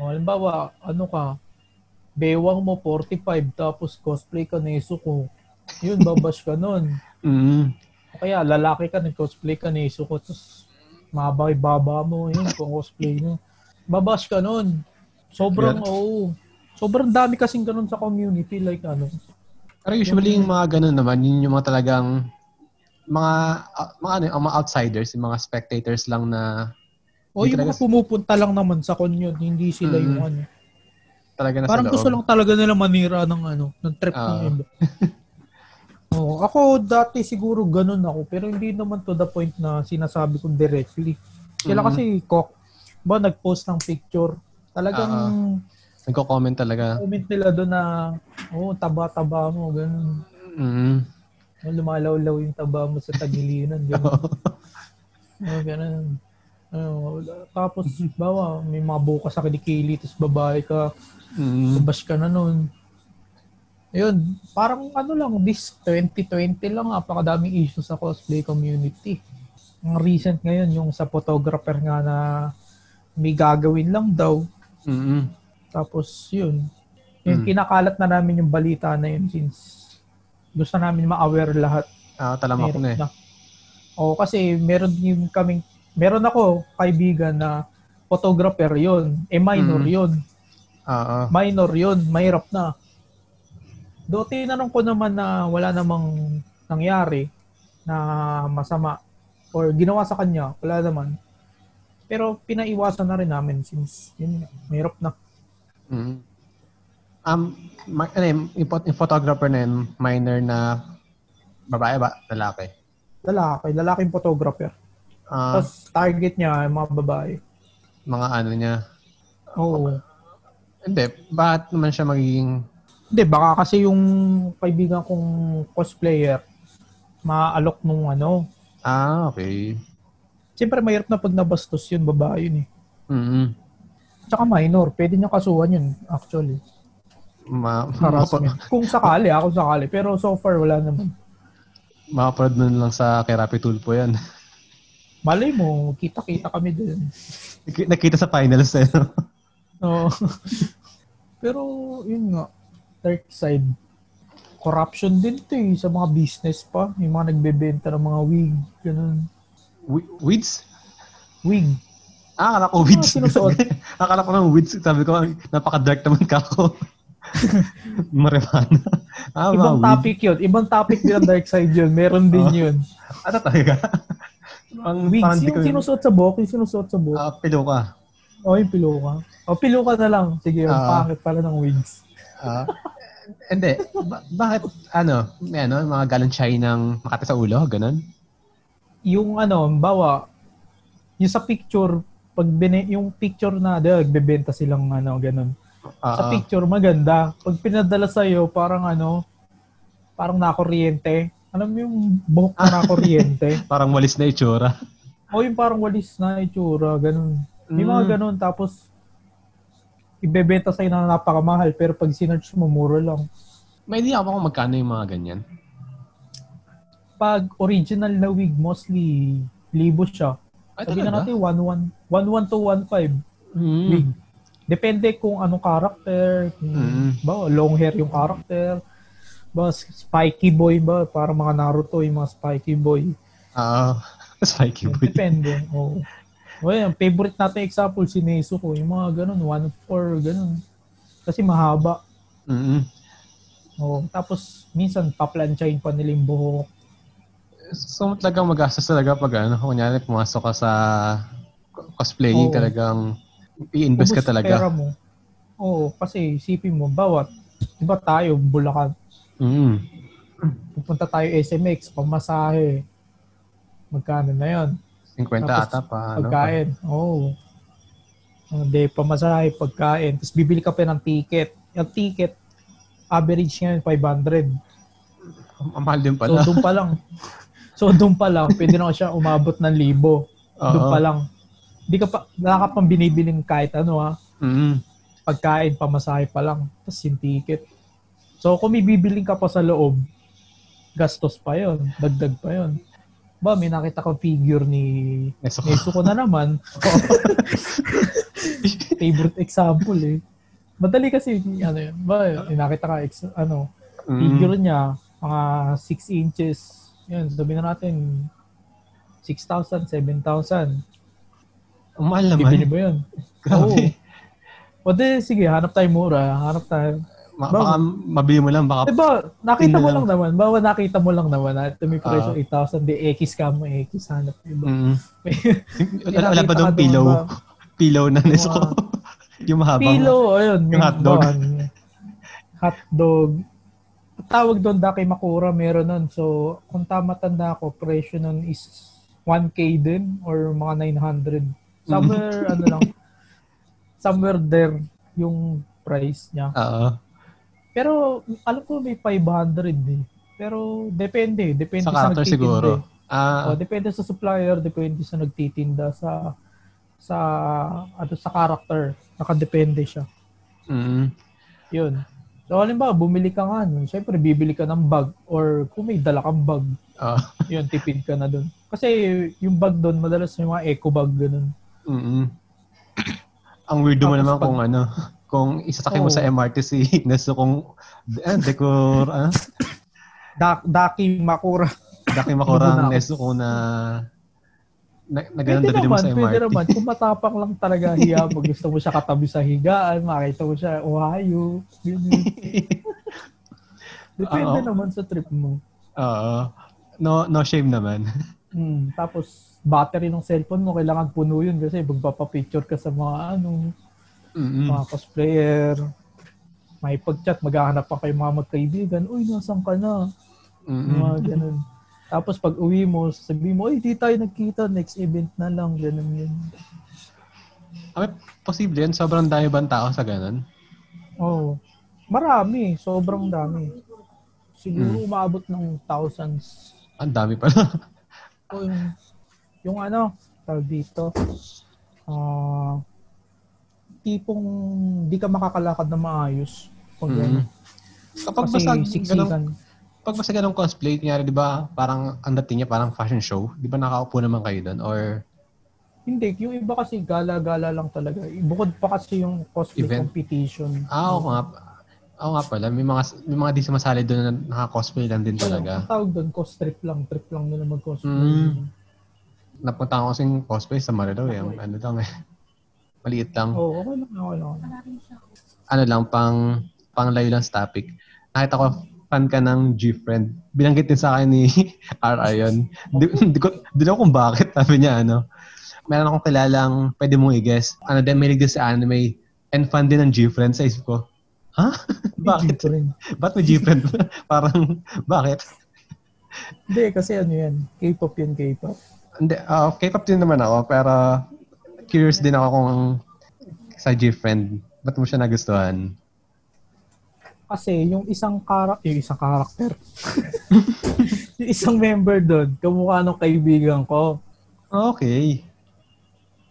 B: o, halimbawa ano ka bewang mo 45 tapos cosplay ka na ko yun babash ka nun
A: Mm.
B: O kaya lalaki ka, nag-cosplay ka ni Isuko, tapos mabay baba mo, yun, kung cosplay mo. Babash ka nun. Sobrang,
A: Yeah.
B: oo. sobrang dami kasing ganun sa community, like ano.
A: Pero usually yung mga ganun naman, yun yung mga talagang mga ah, mga ano, yung mga outsiders, yung mga spectators lang na
B: O
A: Hindi
B: yung
A: talaga-
B: mga pumupunta lang naman sa con yun, hindi sila
A: Mm.
B: yung ano.
A: talaga nasa
B: Parang
A: loob.
B: gusto lang talaga nila manira ng ano, ng trip ng
A: Ah.
B: iba. Oo, ako dati siguro ganun ako, pero hindi naman to the point na sinasabi ko directly. Sila
A: Mm.
B: kasi kok, ba nag-post ng picture, talagang
A: Ah, Nagko-comment talaga.
B: comment nila doon na, oh, taba-taba mo, ganun.
A: Mm.
B: Oh, Lumalaw-law yung taba mo sa tagilinan, ganun. oh, ganun. Ano, tapos, bawa, may mga buka sa kilikili, tapos babae ka,
A: Mm.
B: labas ka na nun. Yun, parang ano lang, this 2020 lang, napakadaming issues sa cosplay community. Ang recent ngayon, yung sa photographer nga na may gagawin lang daw,
A: Mm.
B: Tapos yun. Yung
A: Mm.
B: kinakalat na namin yung balita na yun since gusto namin ma-aware lahat.
A: Ah, talamak
B: Meron
A: na eh.
B: na. Oo, kasi meron din kaming, meron ako kaibigan na photographer yun. Eh, minor
A: Mm.
B: yun.
A: Oo.
B: Minor yun. Mahirap na. Do, tinanong ko naman na wala namang nangyari na masama or ginawa sa kanya. Wala naman. Pero pinaiwasan na rin namin since yun, nga, mahirap na.
A: Mm. Um, ma- ano yun, yung, phot- yung photographer na yun, minor na babae ba? Lalaki.
B: lalaki, lalaking photographer.
A: Ah,
B: Tapos target niya ay mga babae.
A: mga ano niya.
B: Oo.
A: Hindi, bakit naman siya magiging...
B: Hindi, baka kasi yung kaibigan kong cosplayer, maalok nung ano.
A: Ah, okay.
B: Siyempre, mahirap na pag nabastos yun, babae yun eh.
A: Mm-mm.
B: Tsaka minor, pwede niya kasuhan yun, actually.
A: Ma-
B: Harassment. Kung sakali, ako sakali. Pero so far, wala naman.
A: Hmm. Makaparad nun lang sa kay Rapi Tulpo yan.
B: Malay mo, kita-kita kami dun.
A: Naki- Nakita sa finals na yun.
B: No. Pero, yun nga, dark side. Corruption din to eh, sa mga business pa. Yung mga nagbebenta ng mga wig, ganun.
A: Wi- Weeds?
B: Wig.
A: Ah, akala ko weeds.
B: Ah, sinusuot.
A: akala ko ng weeds. Sabi ko, napaka-dark naman ka ako. Marijuana. Ah, mga
B: Ibang
A: weed.
B: topic yun. Ibang topic din ang dark side yun. Meron din
A: Oh.
B: yun.
A: Ano talaga? Ang
B: Wigs,
A: parang di ko
B: yung
A: yun.
B: sinusuot sa buhok, yung sinusuot sa buhok.
A: Ah, pilo ka.
B: O, yung pilo ka. O, pilo ka na lang. Sige, yung
A: Ah.
B: pangit pala ng wigs.
A: Ah. Hindi. Ba- bakit, ano, may ano, mga galon chai ng makati sa ulo, ganun?
B: Yung ano, bawa, yung sa picture, pag bine, yung picture na, di, nagbebenta silang ano, ganun.
A: Ah,
B: Sa picture, maganda. Pag pinadala sa'yo, parang ano, parang nakuryente. Alam mo yung buhok
A: Ah.
B: na nakuryente?
A: parang walis na itsura. Mm.
B: O yung parang walis na itsura, ganun. May mga ganun. Tapos, ibebenta sa'yo na napakamahal pero pag sinerch mo, mura lang.
A: May idea ka ba kung magkano yung mga ganyan?
B: Pag original na wig, mostly libo siya.
A: Ay,
B: Sabi na
A: Ah, talaga?
B: natin 1-1. 1-1 to 1-5 wig.
A: Mm.
B: Depende kung anong character.
A: Mm.
B: Ba, long hair yung character. Ba, spiky boy ba? Parang mga Naruto yung mga spiky boy.
A: Ah, spiky boy.
B: Depende. Oo. Well, ang favorite natin example, si Nezuko. Yung mga ganun, 1-4, ganun. Kasi mahaba.
A: Mm.
B: Oo. Tapos, minsan, paplansyahin pa nila yung buhok.
A: So, talagang magastos talaga pag ano, kunyari pumasok ka sa cosplaying
B: Oo.
A: talagang i-invest ka
B: Ubus pera
A: talaga.
B: mo. Oo, kasi isipin mo, bawat, di ba tayo, Bulacan,
A: Mm.
B: pupunta tayo SMX, pamasahe, magkano na yun?
A: 50
B: Tapos,
A: ata pa. Ano, pa.
B: Pagkain, oo. Hindi, pamasahe, pagkain. Tapos bibili ka pa ng ticket. Yung ticket, average niya yun, 500.
A: Ang mahal din
B: So,
A: pala.
B: doon pa lang. So, doon pa lang, pwede na siya umabot ng libo. Doon
A: Oo.
B: pa lang. Hindi ka pa, wala ka pang binibiling kahit ano ha.
A: Mm.
B: Pagkain, pamasahe pa lang. Tapos yung ticket. So, kung may bibiling ka pa sa loob, gastos pa yon Dagdag pa yon Ba, may nakita kang figure ni
A: Neso ko.
B: Neso ko na naman. Favorite example eh. Madali kasi, ano yun, ba, may nakita ka, ex, ano,
A: Mm. Mm-hmm.
B: figure niya, mga 6 inches, yun, sabi na natin, 6,000, 7,000.
A: Ang mahal naman.
B: Bibili mo yun?
A: Grabe.
B: Oo. O di, sige, hanap tayo mura, hanap tayo.
A: Ma- baka mabili mo lang. Baka
B: Diba, nakita
A: Yun
B: mo
A: na
B: lang naman, bawa nakita mo lang naman, at may
A: Ah.
B: presyo 8,000, di, X ka mo, X, hanap iba.
A: Mm. Wala, wala pa
B: nakita
A: daw
B: ka doon
A: pillow.
B: ba?
A: Pillow na
B: Yung
A: neso ko. Yung mahabang.
B: Pilo, ayun. may
A: Yung hotdog.
B: baon. hotdog. Tawag doon, Daki Makura, meron nun. So, kung tama tanda ko, presyo nun is 1K din or mga 900. Somewhere,
A: Mm.
B: ano lang, somewhere there yung price niya.
A: Oo.
B: Pero, alam ko may 500 eh. Pero, depende. Depende
A: Sa
B: sa,
A: character
B: nagtitinda.
A: siguro.
B: eh. O,
A: Ah,
B: depende sa supplier, depende sa nagtitinda, sa sa ano sa character. Nakadepende siya.
A: mm.
B: Yun. So, halimbawa, bumili ka nga nun. Siyempre, bibili ka ng bag or kung may dala kang bag,
A: Ah,
B: yun, tipid ka na dun. Kasi yung bag dun, madalas may mga eco bag ganun.
A: mm. Ang weirdo mo
B: Tapos
A: naman
B: pag-
A: kung ano, kung isasakay mo
B: Oo.
A: sa MRT si Neso kung ah, decor, ah,
B: Da- Daki Makura.
A: daki makurang
B: Mabunaw.
A: Neso ko na na, na Ah, ganun
B: Pwede
A: dadali mo
B: naman,
A: sa
B: pwede
A: MRT.
B: naman. Kung matapang lang talaga, hiya mo. Gusto mo siya katabi sa higaan, makita mo siya, Ohio. Ganyan. Depende
A: Oo.
B: naman sa trip mo.
A: Oo. No, no shame naman.
B: Hmm, tapos, battery ng cellphone mo, kailangan puno yun kasi magpapapicture ka sa mga ano,
A: Mm-mm.
B: mga cosplayer, may pag-chat, maghahanap pa kayo mga magkaibigan, uy, nasan ka na?
A: Mm-mm.
B: Mga ganun. Tapos pag uwi mo, sabi mo, ay, di tayo nagkita, next event na lang, ganun yun.
A: Ah, posible yan. Sobrang dami ba ang tao sa ganun?
B: Oo. Marami, sobrang dami. Siguro umabot ng thousands.
A: Ang dami pala.
B: O yung, yung ano, tawag dito, ah, tipong di ka makakalakad na maayos. Pag
A: Mm.
B: ganun.
A: Kapag
B: Kasi
A: basta ganun,
B: siksikan.
A: pag basta ganun cosplay, kunyari, di ba, parang ang dating niya, parang fashion show. Di ba nakaupo naman kayo doon? Or
B: Hindi, yung iba kasi gala-gala lang talaga. Bukod pa kasi yung cosplay
A: Event?
B: competition.
A: Ah, oo nga. Oo nga pala. May mga, may mga di sumasali doon na naka-cosplay lang din
B: Ayun, Ang
A: talaga.
B: tawag doon, cost trip lang. Trip lang nila mag-cosplay.
A: Mm. Napunta ko kasing cosplay sa Marilao. Eh. Ang Ano lang eh. Maliit lang.
B: Oo, okay lang, okay lang.
A: Ano lang, pang, pang layo lang sa topic. Nakita ko, fan ka ng G-Friend. Binanggit din sa akin ni RR yun. Di, di ko, di ko kung bakit. Sabi niya, ano. Meron akong kilalang, pwede mong i-guess. Ano din, may din sa anime. And fan din ng G-Friend. Sa isip ko, ha? bakit?
B: Bakit?
A: Ba't may G-Friend? Parang, bakit?
B: Hindi, kasi ano yan. K-pop yan, K-pop.
A: Hindi, ah, K-pop din naman ako, pero curious din ako kung sa G-Friend, ba't mo siya nagustuhan?
B: Kasi yung isang karak yung isang karakter. yung isang member doon, kamukha ng kaibigan ko.
A: Okay.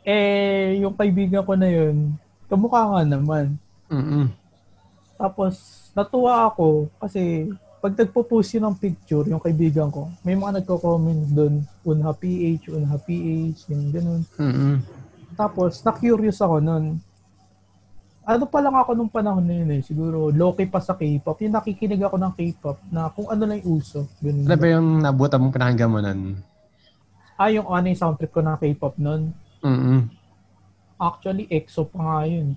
B: Eh, yung kaibigan ko na yun, kamukha nga naman.
A: Mm-mm.
B: Tapos, natuwa ako kasi pag nagpo-post yun ng picture, yung kaibigan ko, may mga nagko-comment doon, unha PH, unha PH, yung ganun.
A: Mm-mm.
B: Tapos, na-curious ako nun. Ano pa lang ako nung panahon na yun eh, siguro low-key pa sa K-pop. Yung nakikinig ako ng K-pop na kung ano lang yung uso. Ganun.
A: Ano ba yung nabuta mong pinakinggan mo nun?
B: Ah, yung ano yung soundtrack ko ng K-pop nun.
A: Mm-mm.
B: Actually, EXO pa nga yun.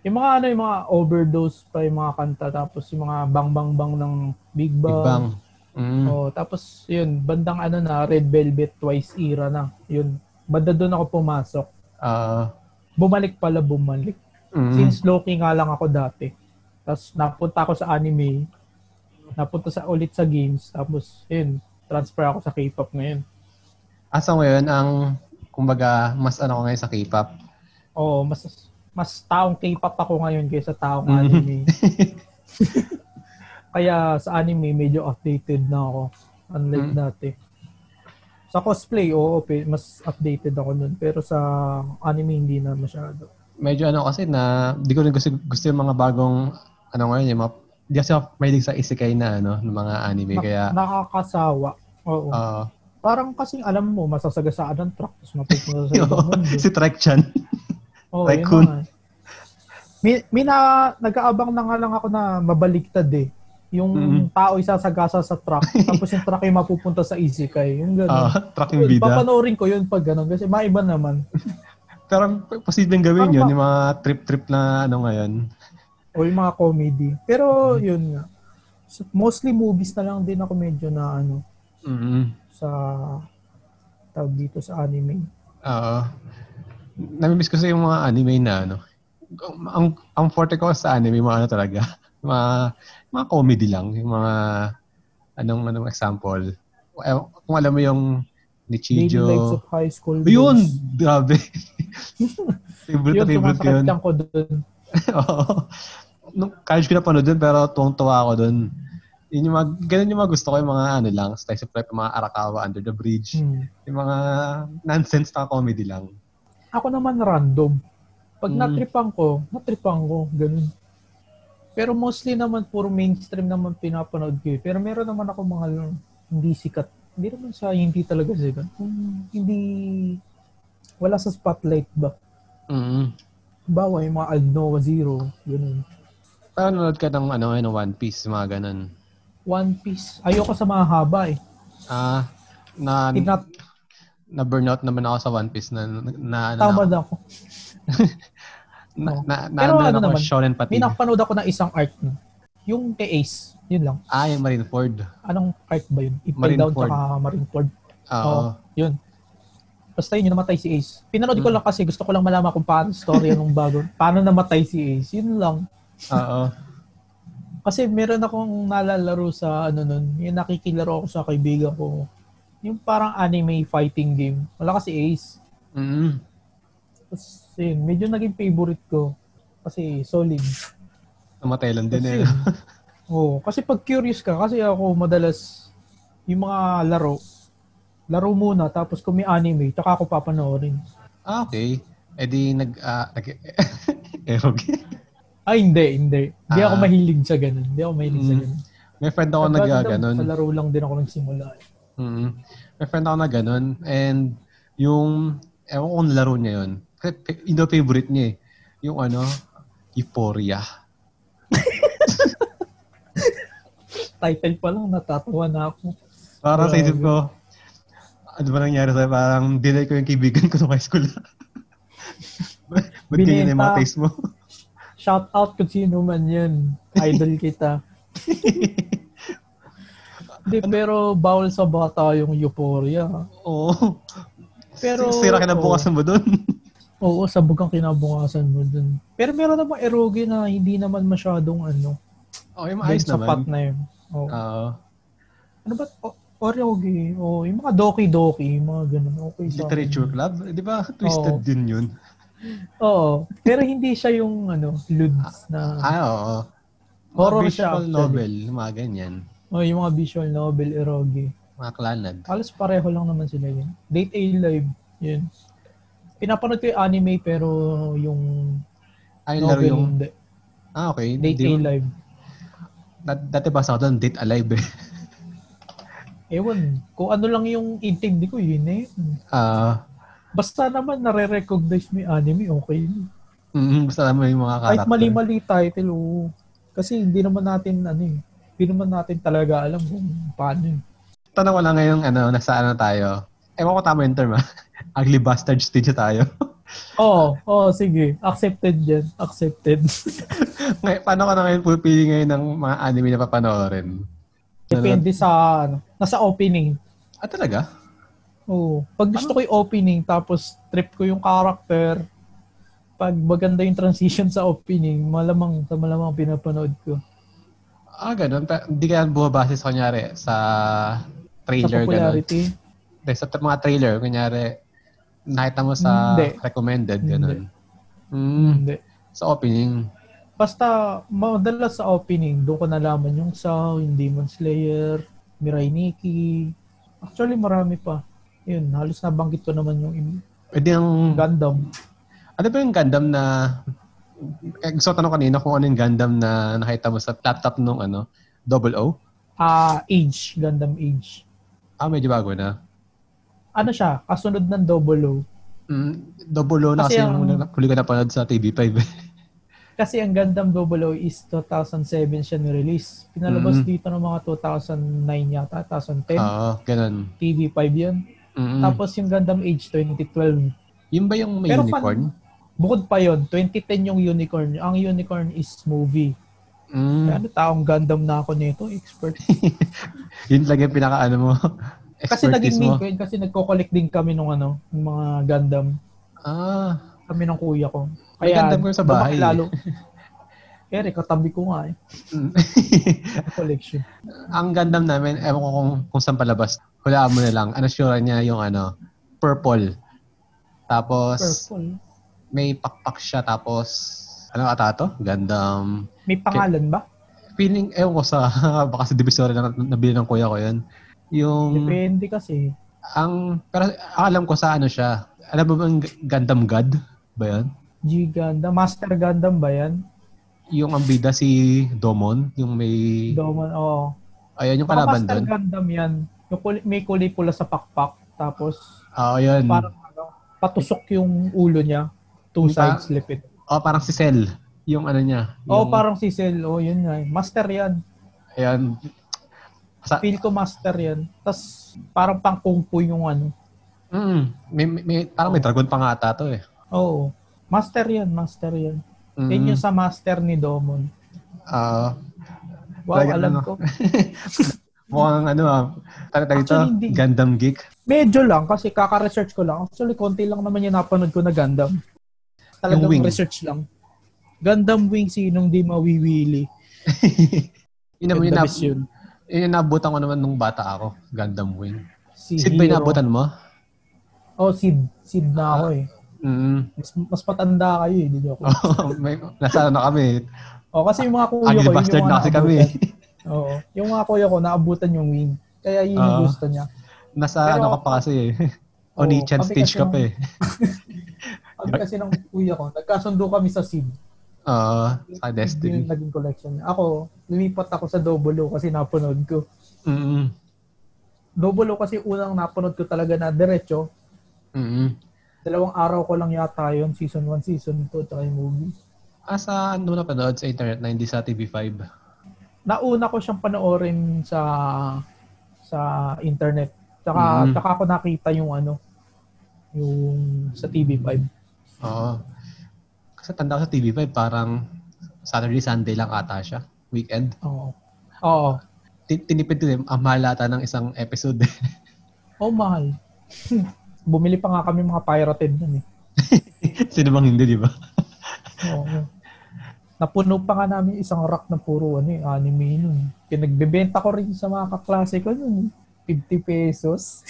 B: Yung mga ano, yung mga overdose pa yung mga kanta. Tapos yung mga bang-bang-bang ng Big Bang.
A: Big Bang. Mm.
B: Oh, tapos yun, bandang ano na, Red Velvet Twice era na. Yun, banda doon ako pumasok.
A: Ah.
B: Bumalik pala, bumalik.
A: mm.
B: Since Loki nga lang ako dati. Tapos napunta ako sa anime. Napunta sa ulit sa games. Tapos, yun, transfer ako sa K-pop ngayon.
A: Asa Ah, ngayon ang kumbaga mas ano ko ngayon sa K-pop.
B: Oo, mas mas taong K-pop ako ngayon kaysa taong
A: Mhm.
B: anime. Kaya sa anime, medyo updated na ako. Unlike
A: Mm.
B: dati. Sa cosplay, oo, pe- mas updated ako nun. Pero sa anime, hindi na masyado.
A: Medyo ano kasi na di ko rin gusto, gusto yung mga bagong ano ngayon yung mga di kasi ako mahilig sa isekai na ano ng mga anime
B: Nak-
A: kaya
B: Nakakasawa. Oo.
A: ah,
B: Parang kasing alam mo, masasagasaan ng truck, tapos mapupunta sa ibang mundo.
A: ah, si Trek Chan.
B: Oo,
A: Tycoon.
B: yun na nga. May, may na, nag-aabang na nga lang ako na mabaliktad eh. Yung
A: Mm.
B: tao isasagasa sa truck, tapos yung truck ay mapupunta sa isikay. Yung
A: Ah,
B: gano'n.
A: Trek yung
B: Yun,
A: bida.
B: papanoorin ko yun pag gano'n. Kasi maiba naman.
A: Pero posibleng gawin
B: Parang
A: yun
B: ba-
A: yung mga trip-trip na ano ngayon.
B: O yung mga comedy. Pero yun nga. So, Mostly movies na lang din ako medyo na ano
A: Mm.
B: sa tawag dito sa anime.
A: Oo. Namimiss ko sa yung mga anime na ano. Ang, ang forte ko sa anime, mga ano talaga. Mga, mga comedy lang. Yung mga, anong, anong example. Eh, Kung alam mo yung ni
B: Daily Lives
A: Chijo.
B: of High School.
A: Yun! Grabe. favorite
B: Yun,
A: na favorite ko yun.
B: sumasakit lang ko dun.
A: Oo. Nung college ko na panood dun, pero tuwang-tuwa ako dun. Yun yung mga, ganun yung mga gusto ko, yung mga ano lang, slice of life, yung mga Arakawa, Under the Bridge.
B: Hmm.
A: Yung mga nonsense na comedy lang.
B: Ako naman random. Pag
A: Mm.
B: natripan ko, natripan ko. Ganun. Pero mostly naman, puro mainstream naman pinapanood ko. eh. Pero meron naman ako mga l- hindi sikat. Hindi naman sa hindi talaga sikat. Kung hindi, wala sa spotlight ba?
A: mm
B: Bawa yung mga Aldnoa Zero, ganun.
A: Pero nanonood ka ng ano, ng One Piece, mga ganun.
B: One Piece. Ayoko sa mga haba eh.
A: Ah, na
B: Tinat-
A: na burnout naman ako sa One Piece na na na ano na,
B: tamad ako.
A: na, na, na,
B: Pero
A: na,
B: ano
A: ako,
B: naman,
A: shonen
B: May
A: pati.
B: napanood ako ng isang art na. Yung kay Ace. Yun lang.
A: Ah, yung Marineford.
B: Anong art ba yun? It Fell Down
A: Marineford.
B: tsaka Marineford.
A: Oo.
B: Yun. Basta yun, yung namatay si Ace. Pinanood ko
A: Mm.
B: lang kasi gusto ko lang malaman kung paano story nung bago. Paano namatay si Ace. Yun lang.
A: Oo.
B: Kasi meron akong nalalaro sa ano nun. Yung nakikilaro ako sa kaibigan ko. Yung parang anime fighting game. Wala kasi Ace.
A: Mm.
B: Tapos yun, medyo naging favorite ko. Kasi solid.
A: Namatay lang din
B: Kasi
A: eh.
B: yun. Oo. kasi pag curious ka, kasi ako madalas yung mga laro, laro muna tapos kung may anime, tsaka ako papanoorin.
A: Ah, okay. Eh di nag ah, nag erog.
B: Ay, Ah, hindi, hindi. Hindi ako
A: Ah.
B: mahilig sa ganun. Hindi ako mahilig sa
A: Mm.
B: ganun.
A: May friend ako
B: Sa
A: nag ah,
B: random,
A: ganun.
B: Sa laro lang din ako nagsimula. eh.
A: Mm. May friend ako na ganun. And yung, ewan ko kung laro niya yun. Kasi pa- yun daw favorite niya eh. Yung ano, Euphoria.
B: Title pa lang, natatawa na ako.
A: Parang sa
B: Grabe.
A: isip ko, ano ba nangyari sa'yo? Parang dinay ko yung kaibigan ko nung high school. Ba't ganyan na yung mga
B: Binenta.
A: taste mo?
B: Shout out kung sino man yun. Idol kita. Hindi, pero bawal sa bata yung euphoria.
A: Oo.
B: Pero-
A: S- Sira ka na bukas mo dun.
B: Oo, sabog ang kinabukasan mo dun. Pero meron namang eroge na hindi naman masyadong ano.
A: Oo, yung
B: Ayos
A: maayos naman.
B: sapat
A: Ah.
B: na yun. Oo.
A: Oo.
B: Ano ba? O, eroge. Oo, yung mga doki-doki, yung mga ganun. Okay sa akin.
A: Literature Club. Eh, Di ba? Twisted
B: Oo.
A: din yun.
B: Oo. Pero hindi siya yung ano, ludes na
A: Ah, oo. Mga
B: Horror siya,
A: visual
B: actually.
A: novel. Mga ganyan.
B: oh, yung mga visual novel eroge.
A: Mga klanad.
B: Halos pareho lang naman sila yun. Date A Live, yun. Pinapanood ko yung anime pero yung
A: Ay, laro
B: novel
A: yung
B: hindi.
A: Ah, okay.
B: Date
A: Di-
B: A live.
A: dat- dati basa ko doon, date alive eh.
B: Ewan, kung ano lang yung intindi ko, yun na yun.
A: Ah,
B: Basta naman nare-recognize mo yung anime, okay.
A: mm, basta alam mo yung mga
B: Kahit
A: character.
B: mali-mali title, oo. Kasi hindi naman natin, ano eh, hindi naman natin talaga alam kung paano eh.
A: Tanong ko lang ngayon, ano, nasa ano tayo. Ewan ko tama yung term ah. Ugly bastard stage tayo.
B: Oo, oh, oh, sige. Accepted yan. Accepted.
A: Ngay- paano ka na ngayon pupili ngayon ng mga anime na papanoorin?
B: Depende sa, ano, nasa opening.
A: Ah, talaga?
B: Oo. Pag
A: Ah.
B: gusto ko yung opening, tapos trip ko yung character, pag maganda yung transition sa opening, malamang sa malamang pinapanood ko.
A: Ah, ganun. Pa- Hindi ka bumabase sa kunyari sa trailer,
B: sa
A: ganun.
B: popularity.
A: Hindi, sa t- mga trailer, kunyari, nakita mo sa
B: Hindi.
A: recommended,
B: Hindi.
A: ganun. Mm,
B: Hindi.
A: sa opening.
B: Basta, madalas sa opening, doon ko nalaman yung Saw, yung Demon Slayer, Mirai Nikki. Actually, marami pa. Yun, halos nabanggit ko naman yung in-
A: Pwede ang...
B: Gundam.
A: Ano ba yung Gundam na... Eh, Gusto ko tanong kanina kung ano yung Gundam na nakita mo sa laptop nung ano, Double O?
B: Ah, Age. Gundam Age.
A: Ah, medyo bago na.
B: Ano siya? Kasunod ng Double O.
A: Mm, double O na kasi,
B: Kasi
A: yung
B: ang-
A: huli ko napanood sa TV5. eh.
B: Kasi ang Gundam Double O is 2007 siya ni-release. Pinalabas
A: Mm.
B: dito ng mga 2009 yata, 2010.
A: Oo, ganun.
B: TV5 yun.
A: Mm-mm.
B: Tapos yung Gundam Age 2012.
A: Yun ba yung may
B: Pero pan-
A: unicorn?
B: Bukod pa yon 2010 yung unicorn. Ang unicorn is movie.
A: Mm,
B: Kaya ano taong Gundam na ako nito, expert.
A: yun talaga yung pinaka ano mo.
B: Kasi
A: expertise
B: naging
A: mo.
B: main ko yun kasi nagko-collect din kami nung ano, ng mga Gundam.
A: Ah,
B: Kami ng kuya ko.
A: May Gundam kayo sa bahay.
B: lumaki Lalo. Eric, katabi ko nga eh.
A: Mm.
B: Collection.
A: ang Gundam namin, ewan ko kung, kung saan palabas. Hulaan mo na lang. Ano sure niya yung ano, purple. Tapos,
B: Purple.
A: may pakpak siya. Tapos, ano ata to? Gundam.
B: May pangalan ba?
A: Feeling, ewan ko sa, baka sa divisory lang nabili ng kuya ko yun. Yung,
B: Depende kasi.
A: ang, pero ang alam ko sa ano siya. Alam mo ba yung Gundam God? Ba yun?
B: G Gundam. Master Gundam ba yan?
A: Yung ang bida si Domon, yung may,
B: Doman, oo.
A: ayun yung
B: Baka
A: kalaban
B: Master
A: doon.
B: Gundam yan. Yung kul- may kulay pula sa pakpak. Tapos,
A: Oo, Ah, yun.
B: parang ano, patusok yung ulo niya. Two
A: Yung pa-
B: sides lipit.
A: Oh, parang si Cell. Yung ano niya.
B: Oo,
A: yung-
B: Oh, parang si Cell. Oo, yun nga. eh. Master yan.
A: Ayan. Sa,
B: Feel ko master yan. Tapos, parang pang kung fu yung ano.
A: mm, may, may, may- parang
B: Oh.
A: may dragon pa nga ata to eh.
B: Oo. Master yan, master yan.
A: Mm.
B: Yan yung sa master ni Domon.
A: Ah,
B: Wow,
A: Talaga
B: alam
A: ano.
B: ko.
A: mukhang ano ah. Tara tayo ito.
B: Actually, hindi.
A: Gundam Geek.
B: Medyo lang, kasi kaka-research ko lang. Actually, konti lang naman yung napanood ko na Gundam. Talagang
A: Yung wing.
B: research lang. Gundam Wing, sinong di mawiwili.
A: Yun naman
B: Gundam
A: yung,
B: is yun.
A: yun yung naabutan ko naman nung bata ako. Gundam Wing.
B: Si
A: Sid ba yung
B: Hero.
A: naabutan mo?
B: Oh, Sid. Sid na ako eh.
A: Mm.
B: Mas, mas patanda kayo eh, hindi niyo ako.
A: Oh, may, nasa ano kami.
B: Oh, kasi yung mga kuya ko,
A: Ugly
B: yun
A: bastard
B: yung
A: na
B: mga
A: kasi kami. eh.
B: naabutan. Oo. Yung mga kuya ko, naabutan yung wing. Kaya yun yung
A: Ah.
B: gusto niya.
A: Nasa
B: Pero Oh,
A: ano ka pa kasi eh.
B: Oo,
A: Onichan
B: kami
A: stage
B: kasi
A: ka pa
B: nung-
A: eh.
B: Pag kasi ng kuya ko, nagkasundo kami sa Sid.
A: Oo, Ah, sa
B: Yun
A: Destiny.
B: yung naging collection niya. Ako, lumipat ako sa Double O kasi napanood ko.
A: Mm-mm.
B: Double O kasi unang napanood ko talaga na diretso.
A: Mm-mm.
B: Dalawang araw ko lang yata yon season 1, season 2, tsaka yung movie.
A: Ah, sa ano na panood sa internet na hindi sa TV5.
B: Nauna ko siyang panoorin sa sa internet. Tsaka,
A: Mhm.
B: tsaka ako nakita yung ano, yung sa TV5.
A: Oo. Kasi tanda ko sa TV5, parang Saturday, Sunday lang ata siya. Weekend.
B: Oo. Oo.
A: Tin- Tinipid ko din, ang mahal ata ng isang episode.
B: Oh, mahal. Bumili pa nga kami mga pirated nun eh.
A: Sino bang hindi, di ba?
B: Oo. Napuno pa nga namin isang rack na puro ano, eh, anime nun. Pinagbebenta ko rin sa mga kaklase ko nun. 50 pesos.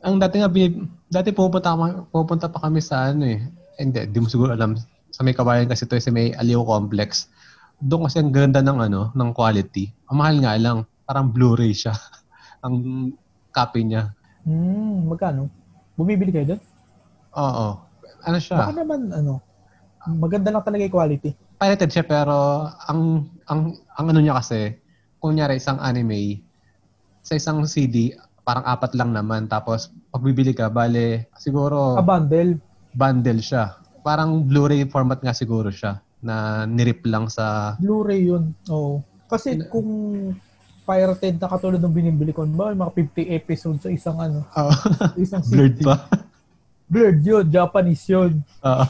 A: Ang dati nga, binib- dati pupunta, ka- pupunta pa kami sa ano eh. Hindi, di mo siguro alam. Sa may kabayan kasi to, eh, sa may Aliw Complex. Doon kasi ang ganda ng ano, ng quality. Ang mahal nga lang, parang Blu-ray siya. ang copy niya.
B: Hmm, magkano? Bumibili kayo doon?
A: Oo. Ano siya?
B: Baka naman, ano, maganda lang talaga yung quality.
A: pirated siya pero ang ang ang ano niya kasi kunyari isang anime sa isang CD parang apat lang naman tapos pag bibili ka bale siguro
B: A bundle.
A: bundle siya. Parang Blu-ray format nga siguro siya na nirip lang sa
B: Blu-ray yun. Oo. Kasi
A: Ano?
B: kung pirated na katulad ng binibili ko, ba, mga 50 episodes sa isang ano,
A: oh,
B: sa isang
A: blurred
B: CD.
A: pa.
B: Blurred yun, Japanese yun.
A: Oo.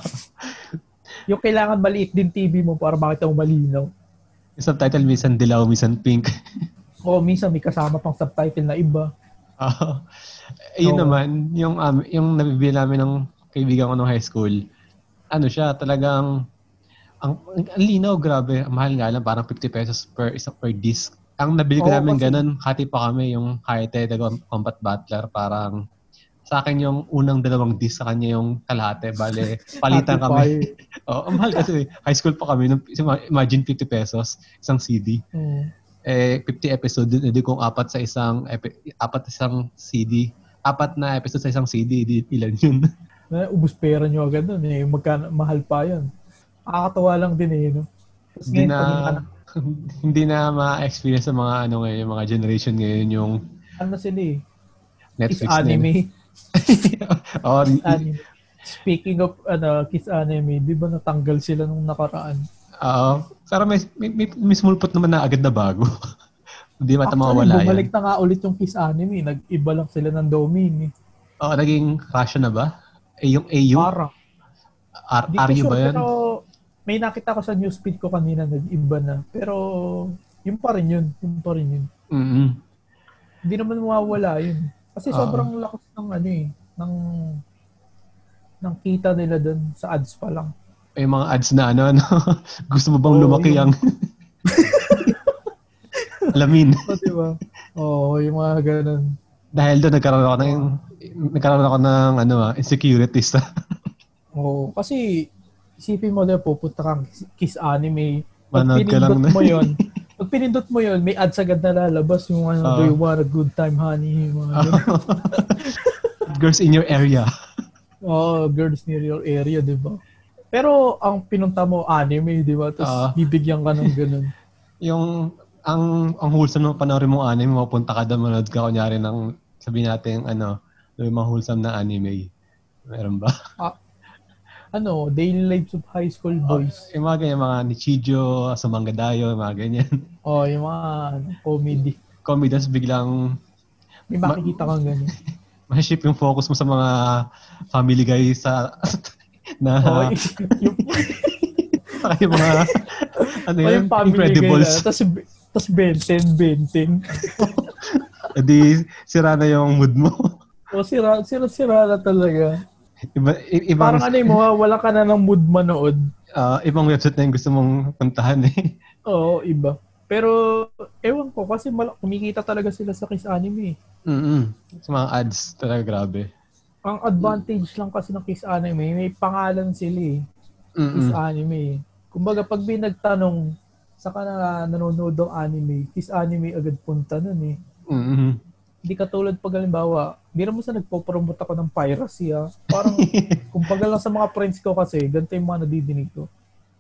B: Yung kailangan maliit din TV mo para makita mo malinaw.
A: yung subtitle minsan dilaw, minsan pink.
B: O minsan may kasama pang subtitle na iba.
A: Oo. Ayun
B: Oo.
A: naman, yung, um, yung nabibili namin ng kaibigan ko nung high school, ano siya, talagang, ang, ang linaw, grabe. Ang mahal nga lang, parang 50 pesos per isa per disc. Ang nabili ko
B: Oo,
A: namin
B: kasi-
A: ganun, hati pa kami yung Hayate the Com- Combat Butler. Parang, sa akin yung unang dalawang disc, sa kanya yung kalahate. Bale, palitan
B: Happy
A: kami.
B: Fire.
A: Oo, ang mahal kasi. High school pa kami. nung- Imagine 50 pesos, isang CD
B: Oo.
A: eh 50 episode din hindi kung apat sa isang epi- apat sa isang CD apat na episode sa isang CD di ilan yun
B: Na, Eh, ubus pera nyo agad nun. Eh. Magka, mahal pa yun. Nakakatawa lang din eh. No? Tapos
A: hindi
B: ngayon, pag-
A: na
B: ano-
A: hindi na ma-experience ng mga ano ngayon yung mga generation ngayon yung
B: ano sila eh? Kiss
A: Netflix Oh,
B: anime.
A: or
B: Kiss anime. Speaking of ano, kiss anime, di ba natanggal sila nung nakaraan?
A: oo pero may, may, may, may small pot naman na agad na bago hindi mata mawala
B: Actually, bumalik
A: yan
B: na nga ulit yung kiss anime. Nag-iba lang sila ng domain eh.
A: oo Oh, naging Russia na ba eh yung AU
B: Parang.
A: R,
B: Ah, Di ko
A: RU
B: sure,
A: ba yun
B: Pero may nakita ko sa newsfeed ko kanina, nag-iba na. Pero yun pa rin yun. Yun pa rin yun.
A: mm
B: Hindi naman mawawala yun. Kasi
A: Oo.
B: sobrang lakas ng ano eh, ng ng kita nila doon sa ads pa lang.
A: may mga ads na ano, ano gusto mo bang
B: Oo,
A: lumaki ang
B: yun.
A: alamin.
B: So, di ba? Oo, yung mga ganun.
A: Dahil doon nagkaroon ako ng nagkaroon ako ng ano ah, insecurities.
B: Oo, kasi isipin mo na pupunta kang kiss- kiss anime. Pag
A: Manood ka lang
B: pinindot
A: na.
B: mo yun, pag pinindot mo yun, may ads agad na lalabas yung ano,
A: Oo.
B: do you want a good time, honey? Yung
A: Ah.
B: Mga ganun.
A: Girls in your area.
B: Oo, girls near your area, di ba? Pero ang pinunta mo, anime, di ba? Tapos
A: Oo.
B: bibigyan ka ng ganun.
A: Yung ang ang wholesome ng panoorin mong anime, mapunta ka doon manood ka kunyari ng sabihin natin ano, yung mga wholesome na anime. Meron ba?
B: Ano, daily lives of high school boys.
A: Yung mga ganyan, mga ni Chijo, Sumanga Dayo, mga ganyan. Ah.
B: Oh, yung mga ano, comedy.
A: Comedy, tapos biglang
B: May makikita kang ganun.
A: ma-shift yung focus mo sa mga family guy sa na
B: Oh, yung,
A: saka yung mga ano
B: oh,
A: yun,
B: yung family
A: Incredibles.
B: Tapos, tapos Benten, Benten. ah.
A: Edi, sira na yung mood mo.
B: O, Oh, sira, sira, sira na talaga.
A: Iba, i- ibang,
B: Parang ano yung mawawala ka na ng mood manood.
A: ah, ibang website na yung gusto mong puntahan eh.
B: Oo, iba. Pero, ewan ko, kasi mal- kumikita talaga sila sa kiss anime. eh.
A: Mm-mm. Sa mga ads, talaga grabe.
B: Ang advantage lang kasi ng kiss anime, may pangalan sila eh. Kiss
A: Mm-mm.
B: anime. eh. Kumbaga, pag may nagtanong, saka na nanonood ng anime, kiss anime agad punta nun eh.
A: Mm-mm.
B: Hindi katulad pag halimbawa, hindi naman sa nagpo-promote ako ng piracy ah. Parang, kumbaga lang sa mga friends ko kasi, ganito yung mga nadidinig ko.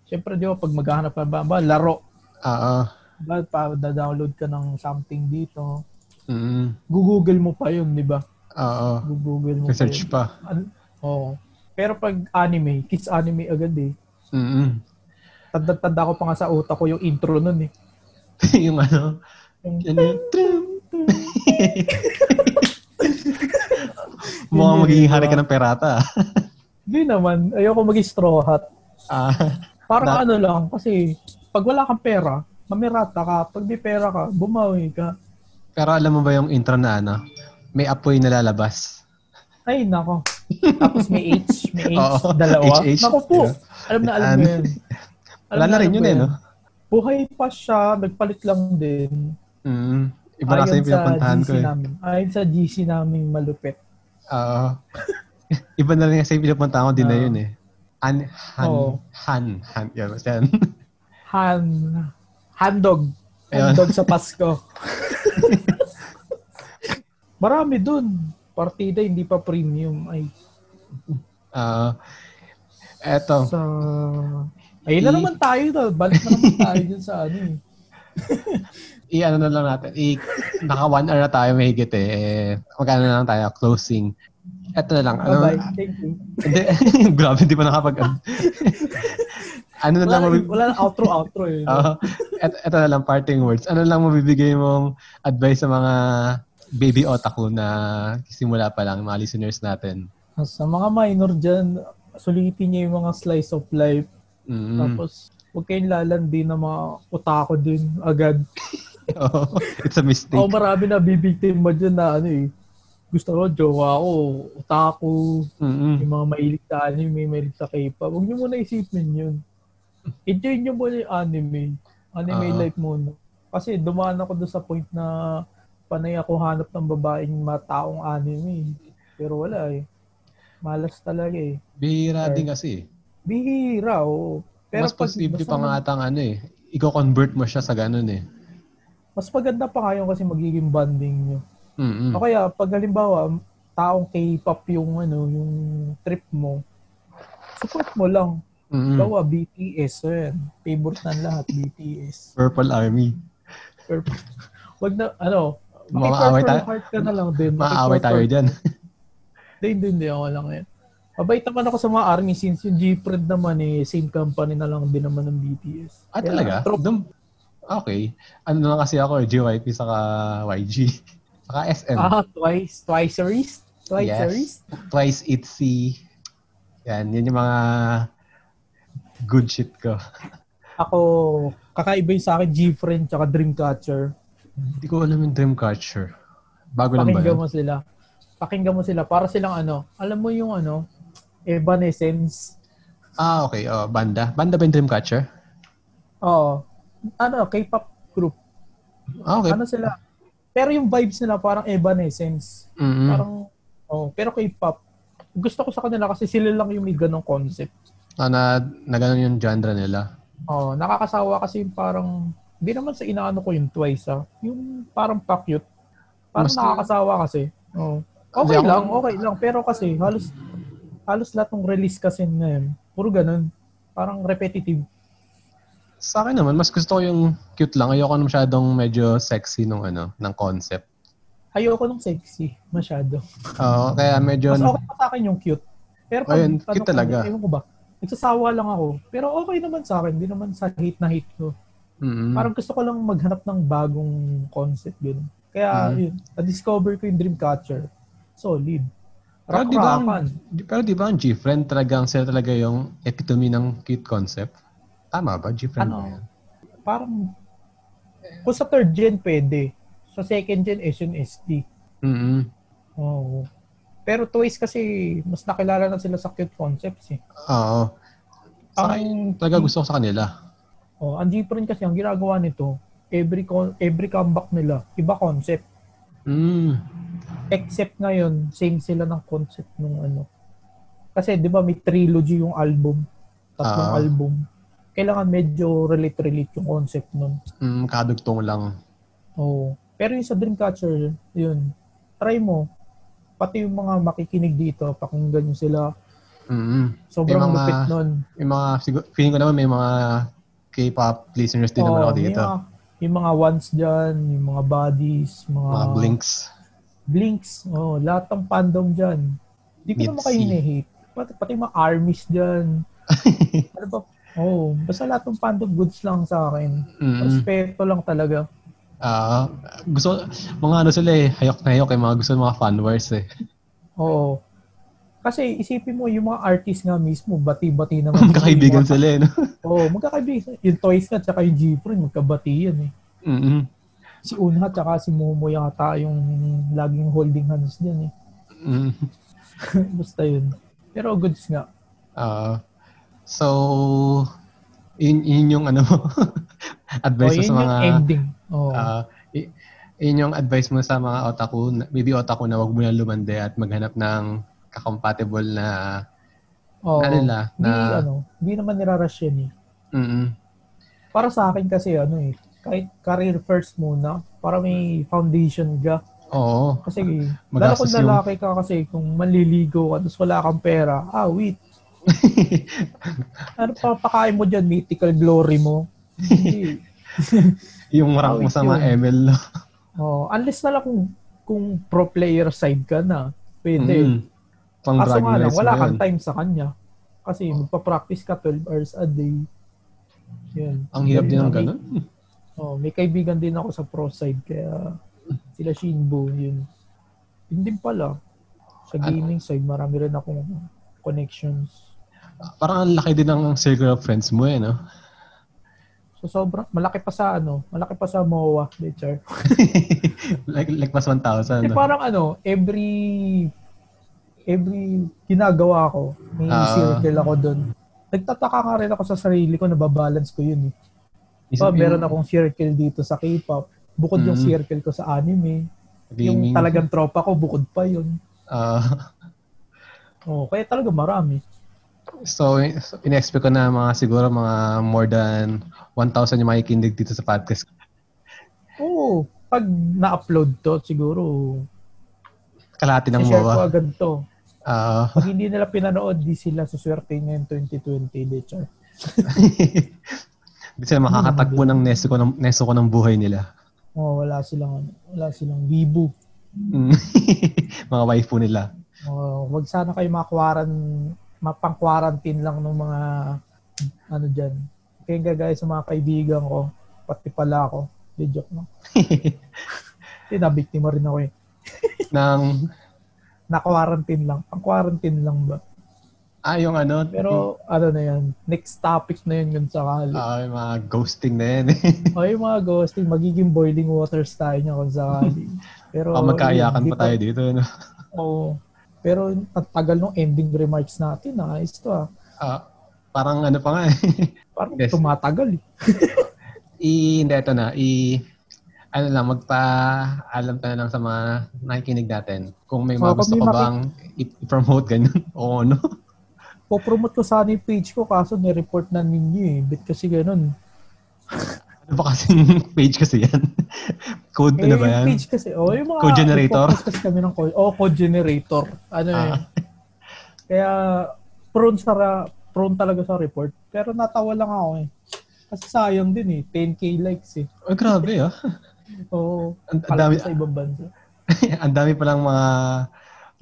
B: Siyempre, di ba, pag maghahanap ka ba, ba, laro.
A: Oo.
B: Ba, pa, download ka ng something dito.
A: Mm-mm.
B: Google mo pa yun, di ba?
A: Oo.
B: Google mo pa
A: Research
B: yun.
A: pa.
B: An- Oo. Pero pag anime, kids anime agad eh.
A: Mm-mm.
B: Tanda-tanda ko pa nga sa utak ko yung intro nun eh.
A: yung ano, ano yun? Tring! Mukhang magiging hari ka ng ah. perata.
B: Hindi naman, ayoko maging straw hat.
A: Ah.
B: Parang
A: That-
B: ano lang, kasi pag wala kang pera, mamirata ka. Pag may pera ka, bumawi ka.
A: Pero alam mo ba yung intro na ano? May apoy na lalabas.
B: Ay, nako. Tapos may H, may H,
A: Oo. H,
B: dalawa.
A: H.
B: Nako po.
A: Yeah.
B: Alam na alam mo
A: Ano?
B: yan.
A: Wala
B: Alam ano
A: na rin
B: alam
A: yun
B: ko
A: eh,
B: yan.
A: no?
B: Buhay pa siya, nagpalit lang din.
A: Mm. Iba na kasi
B: Ayon
A: yung pinapuntahan ko
B: GC
A: eh.
B: namin. Ayon sa GC namin malupit.
A: Oo. Iba na rin kasi yung pinapuntahan ko din na
B: Oo.
A: yun eh. Han, han,
B: Ah. Oo.
A: han, han. Yan, basta yan.
B: Han, handog.
A: Ayun.
B: Handog sa Pasko. Marami dun. Partida hindi pa premium. Ay,
A: Oh. Oo. eto,
B: sa Ayun na naman tayo to. Balik na naman tayo dyan sa ano eh.
A: i-ano na lang natin, i- naka one hour na tayo mahigit eh. eh magkano na lang tayo, closing. Eto na lang. Ano,
B: Bye-bye. Thank you.
A: Hindi, grabe, hindi pa nakapag... ano na Ah.
B: Wala,
A: lang,
B: na,
A: mabib-
B: wala na outro, outro eh.
A: Oo. et, eto na lang, parting words. Ano lang mabibigay mong advice sa mga baby otaku na simula pa lang, mga listeners natin?
B: Sa mga minor dyan, sulitin niyo yung mga slice of life.
A: Mm.
B: Tapos, huwag kayong lalandi ng mga utako din agad.
A: Oo. It's a mistake.
B: Ako marami na bibiktima dyan na ano eh. Gusto ko, jowa ko, utako,
A: Mm-mm.
B: yung mga mahilig sa anime, mahilig sa K-pop. Huwag niyo muna isipin yun. Enjoy niyo muna yung anime. Anime
A: Ah.
B: life muna. Kasi dumaan ako doon sa point na panay ako hanap ng babaeng mataong anime. Pero wala eh. Malas talaga eh.
A: Bihira din kasi. eh.
B: Bihira, oo. Pero
A: Mas posible
B: basta
A: pa nga atang ano eh. Iko-convert mo siya sa ganun eh.
B: Mas maganda pa kayo kasi magiging bonding nyo.
A: Mm-mm.
B: O kaya, pag halimbawa, taong K-pop yung ano, yung trip mo, support mo lang.
A: Mm-mm.
B: Dawa, BTS. Ayan. eh. Favorite ng lahat, BTS.
A: Purple Army.
B: Pero, wag na, ano,
A: Makaaway
B: makipurple
A: tayo.
B: Heart ka na lang din.
A: Maaaway tayo
B: Makipurple-
A: dyan.
B: Hindi, hindi, hindi. Ako lang yan. Mabait naman ako sa mga ARMY since yung G-Pred naman eh, same company na lang din naman ng BTS.
A: Ah,
B: Kaya,
A: talaga?
B: tropa
A: Dum- okay. Ano lang kasi ako, eh, JYP saka YG. Saka SM.
B: Ah, twice. Twice a wrist? Twice a wrist?
A: yes. Twice ITZY. Yan, yan yung mga good shit ko.
B: Ako, kakaiba yung sa akin, G-Friend tsaka Dreamcatcher.
A: Hindi ko alam yung Dreamcatcher. Bago lang ba
B: Pakinggan
A: yun?
B: mo sila. Pakinggan mo sila. Para silang ano, alam mo yung ano, Evanescence.
A: Ah, okay. Oh, banda. Banda ba yung Dreamcatcher?
B: Oo. Ano, K-pop group.
A: Ah, okay.
B: Ano sila? Pero yung vibes nila parang Evanescence.
A: Mm-mm.
B: Parang, oh, pero K-pop. Gusto ko sa kanila kasi sila lang yung may ganong concept.
A: Ah, na, na ganun yung genre nila.
B: Oh, nakakasawa kasi yung parang hindi naman sa inaano ko yung twice ah. Yung parang pa-cute. Parang
A: Mas-
B: nakakasawa kasi. Oh.
A: Hindi
B: Okay
A: ako-
B: lang, okay lang. Pero kasi halos halos lahat ng release kasi ngayon, puro ganun. Parang repetitive.
A: Sa akin naman, mas gusto ko yung cute lang. Ayoko na masyadong medyo sexy nung ano, ng concept.
B: Ayoko nung sexy masyado.
A: Oo, kaya medyo... ano,
B: Mas okay pa sa akin yung cute. Pero pag,
A: Ayun, cute
B: ano ko,
A: talaga.
B: Ewan ko ba? Nagsasawa lang ako. Pero okay naman sa akin. Hindi naman sa hate na hate ko.
A: Mm-mm.
B: Parang gusto ko lang maghanap ng bagong concept yun. Kaya
A: Mm.
B: yun, na-discover ko yung Dreamcatcher. Solid.
A: Pero Ah, di ba ang-
B: Rock-rockan.
A: Di- Pero di ba ang G-Friend talagang sila talaga yung epitome ng cute concept? Tama ba? G-Friend
B: Ano?
A: ba yan?
B: Parang, kung sa third gen pwede. Sa second gen, SNSD.
A: Mm-mm.
B: Oo. Pero Twice kasi, mas nakilala na sila sa cute concepts eh.
A: Oo. Sa
B: Ang-
A: akin, talaga gusto ko sa kanila.
B: Oh, ang different kasi ang ginagawa nito, every con- every comeback nila, iba concept.
A: Mm.
B: Except ngayon, same sila ng concept nung ano. Kasi 'di ba may trilogy yung album, tatlong
A: Ah.
B: album. Kailangan medyo relate-relate yung concept nun.
A: Mm, kadugtong lang.
B: Oo. Pero yung sa Dreamcatcher, yun, try mo. Pati yung mga makikinig dito, pakinggan nyo sila.
A: Mm-mm.
B: Sobrang
A: Yung mga-
B: lupit nun.
A: Yung mga, sigur- feeling ko naman may mga K-pop listeners din naman
B: Oo,
A: ako dito.
B: Yung mga, yung mga ones dyan, yung mga bodies, mga,
A: Mga blinks.
B: Blinks, oh, lahat ng fandom dyan. Hindi ko naman
A: Mitzi.
B: kayo hate Pati, pati mga armies dyan. ano ba? Oh, basta lahat ng fandom goods lang sa akin.
A: Mm-mm.
B: Respeto lang talaga.
A: Ah, gusto, mga ano sila eh, hayok na hayok eh, mga gusto ng mga fanwars eh.
B: Oo. Kasi isipin mo, yung mga artist nga mismo, bati-bati naman.
A: Magkakaibigan sila eh. No?
B: Oo, magkakaibigan. Yung Toys nga, tsaka yung G-Pron, magkabati yan eh.
A: Mm-mm.
B: Si Unha, tsaka si Momo yata yung laging holding hands dyan eh.
A: Mm.
B: basta yun. Pero goods nga.
A: Ah, so, in, in yung ano mo,
B: Oh,
A: advice mo
B: yun
A: sa
B: yung
A: mga,
B: ending. Oo.
A: ah, i- yun yung advice mo sa mga otaku, na- maybe otaku na wag mo na lumande at maghanap ng kakompatible na,
B: Oo.
A: na ano nila,
B: Di,
A: na,
B: ano, di naman nirarush yan eh.
A: mm
B: Para sa akin kasi, ano eh, kahit career first muna, para may foundation ka.
A: oo,
B: Kasi, lalo
A: Ah, Magastos
B: kung
A: yung-
B: lalaki ka kasi, kung manliligo ka, tapos wala kang pera, ah, wait, Ano pa pakain mo dyan? Mythical glory mo? Hindi.
A: yung rank mo sa mga ML. no?
B: Oh, unless na lang kung, kung pro player side ka na. Pwede.
A: Mm. Pang
B: Kaso nga
A: bragging
B: lang,
A: rights
B: wala
A: mo
B: kang
A: yun.
B: time sa kanya. Kasi magpa-practice ka 12 hours a day. Yun.
A: Ang hirap din ng
B: May-
A: ganun.
B: Oh, may kaibigan din ako sa pro side kaya sila Shinbo yun. Yun din pala. Sa
A: Ano?
B: gaming side marami rin akong connections.
A: Parang ang laki din ng circle of friends mo eh, no?
B: So sobrang malaki pa sa ano, malaki pa sa MOA, Richard.
A: Ano? like, like mas 1,000.
B: Kasi
A: no?
B: parang ano, every every ginagawa ko, may
A: Ah.
B: circle ako doon. Nagtataka nga rin ako sa sarili ko, nababalance ko yun. Eh.
A: Isip
B: So,
A: yung
B: meron akong circle dito sa K-pop, bukod yung
A: Mm.
B: circle ko sa anime,
A: gaming.
B: yung talagang tropa ko, bukod pa yun.
A: Ah,
B: Oh, kaya talaga marami.
A: so, so, in-expect ko na mga siguro mga more than 1,000 yung makikinig dito sa podcast.
B: Oo, pag na-upload to, siguro,
A: Kalahati ng
B: share ko
A: MOA.
B: agad to.
A: Ah,
B: Pag hindi nila pinanood, di sila suswerte niya yung 2020, Richard.
A: Hindi sila makakatagpo ng neso ko ng, neso ko ng buhay nila.
B: Oh, wala silang, ano, wala silang wibu.
A: Mm. mga waifu nila.
B: Oh, wag sana kayo makwaran mapang-quarantine lang ng mga ano diyan. Kaya guys sa mga kaibigan ko, pati pala ako. Di joke no. Tinabiktima rin ako eh.
A: Nang,
B: Na-quarantine lang. Pang-quarantine lang ba?
A: ah, yung ano,
B: Pero ano na yan, next topic na yun yun sakali.
A: ah, yung mga ghosting na yan.
B: O yung mga ghosting, magiging boiling waters tayo niya kung sakali. Pero,
A: Baka magkaayakan
B: yun,
A: Ah, pa
B: di
A: tayo dito. ano. No?
B: Oo. pero ang tagal ng ending remarks natin, ah, Ayos to ah.
A: Ah, parang ano pa nga eh.
B: Parang
A: Yes.
B: tumatagal eh.
A: i hindi ito na i ano lang magpaalam ka na lang sa mga nakikinig natin kung may mga
B: Oh, kung
A: gusto
B: may
A: ka
B: maki-
A: bang i- i-promote ganyan o ano
B: Popromote ko sana yung page ko kaso nireport na ninyo eh. Ba't kasi ganun?
A: ano ba kasing page kasi yan code
B: Eh,
A: ano ba
B: yung
A: yan
B: page kasi, oh, yung mga...
A: Code generator?
B: nagpo-post Kasi kami ng code. Oh, code generator. Ano eh.
A: Ah.
B: Kaya, prone sa, ra- prone talaga sa report. Pero natawa lang ako eh. Kasi sayang din eh. 10k likes eh.
A: oh, grabe ah
B: Oo.
A: ang ang dami
B: Kalat sa ibang bansa.
A: ang dami palang mga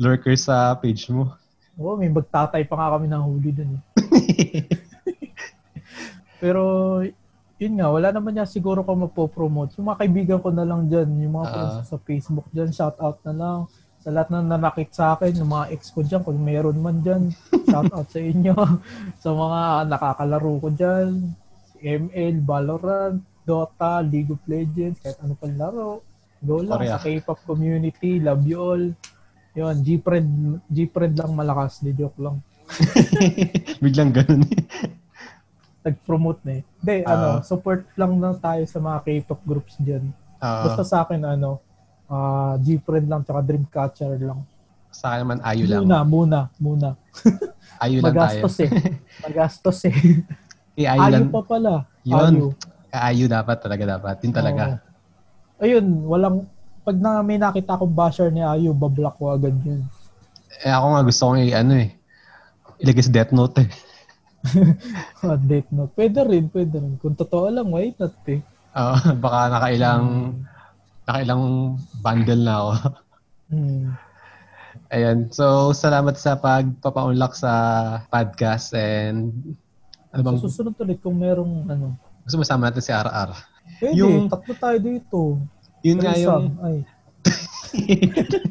A: lurkers sa page mo
B: Oo, may magtatay pa nga kami ng huli dun eh. Pero, yun nga, wala naman niya siguro ko mapopromote. Yung mga kaibigan ko na lang dyan, yung mga
A: Ah.
B: friends ko sa Facebook dyan, shout out na lang. Sa lahat na nanakit sa akin, yung mga ex ko dyan, kung meron man dyan, shout out sa inyo. sa mga nakakalaro ko dyan, ML, Valorant, Dota, League of Legends, kahit ano pang laro. Go lang
A: Pareha.
B: sa K-pop community, love you all. Yun, G-Friend, G-Friend lang malakas, di joke lang.
A: biglang ganun
B: nag-promote na eh. Hindi,
A: Ah.
B: ano, support lang lang tayo sa mga K-pop groups dyan.
A: Ah,
B: Basta sa akin, ano, ah G-Friend lang tsaka Dreamcatcher lang.
A: sa akin naman ayo lang
B: Muna, muna, muna.
A: ayo lang tayo
B: Magastos eh. Magastos eh.
A: eh ayo lang
B: Ayo pa pala.
A: yun
B: Ayo.
A: ayo dapat talaga dapat yun talaga
B: Oo. Ayun, walang, pag na may nakita akong basher ni Ayo, bablock ko agad yun.
A: eh ako nga gusto kong i ano eh ilagay sa death note eh
B: Ah, Death Note. Pwede rin, pwede rin. Kung totoo lang, wait not eh.
A: Oo, baka nakailang nakailang bundle na ako.
B: Hmm.
A: Ayan. So, salamat sa pagpapaunlak sa podcast and ano bang
B: So, susunod ulit kung merong ano.
A: gusto mo sama natin si RR?
B: Pwede,
A: Yung-
B: tatlo tayo dito.
A: Yun nga yung
B: Threesome. Ay.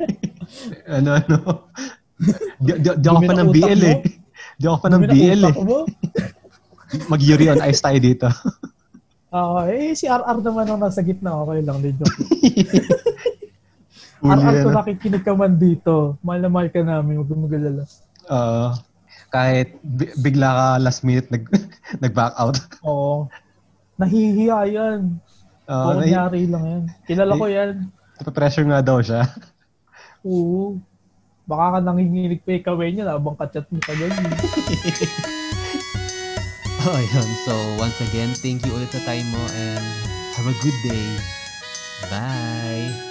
A: ano ano. Di, di, di ako
B: Dumi
A: pa
B: ng
A: ng
B: utak
A: BL
B: mo.
A: eh. Di ako pa ng
B: Dumi na
A: BL eh.
B: utak mo.
A: Mag-Yuri on Ice tayo dito.
B: Ah, eh, si RR naman ang nasa gitna. Okay lang, di joke.
A: Uli,
B: RR,
A: ano.
B: kung nakikinig ka man dito, mahal na mahal ka namin, huwag kang magalala.
A: Oo. kahit bi- bigla ka last minute nag nag-back out.
B: Oo. Nahihiya yan.
A: Oo,
B: Oo,
A: na,
B: nangyari lang yan. Kilala ko yan.
A: pressure nga daw siya.
B: Oo. Baka ka nanginginig pa yung kawin niya, habang kachat mo ka ganyan.
C: Oh, ayun. So, once again, thank you ulit sa time mo and have a good day. Bye!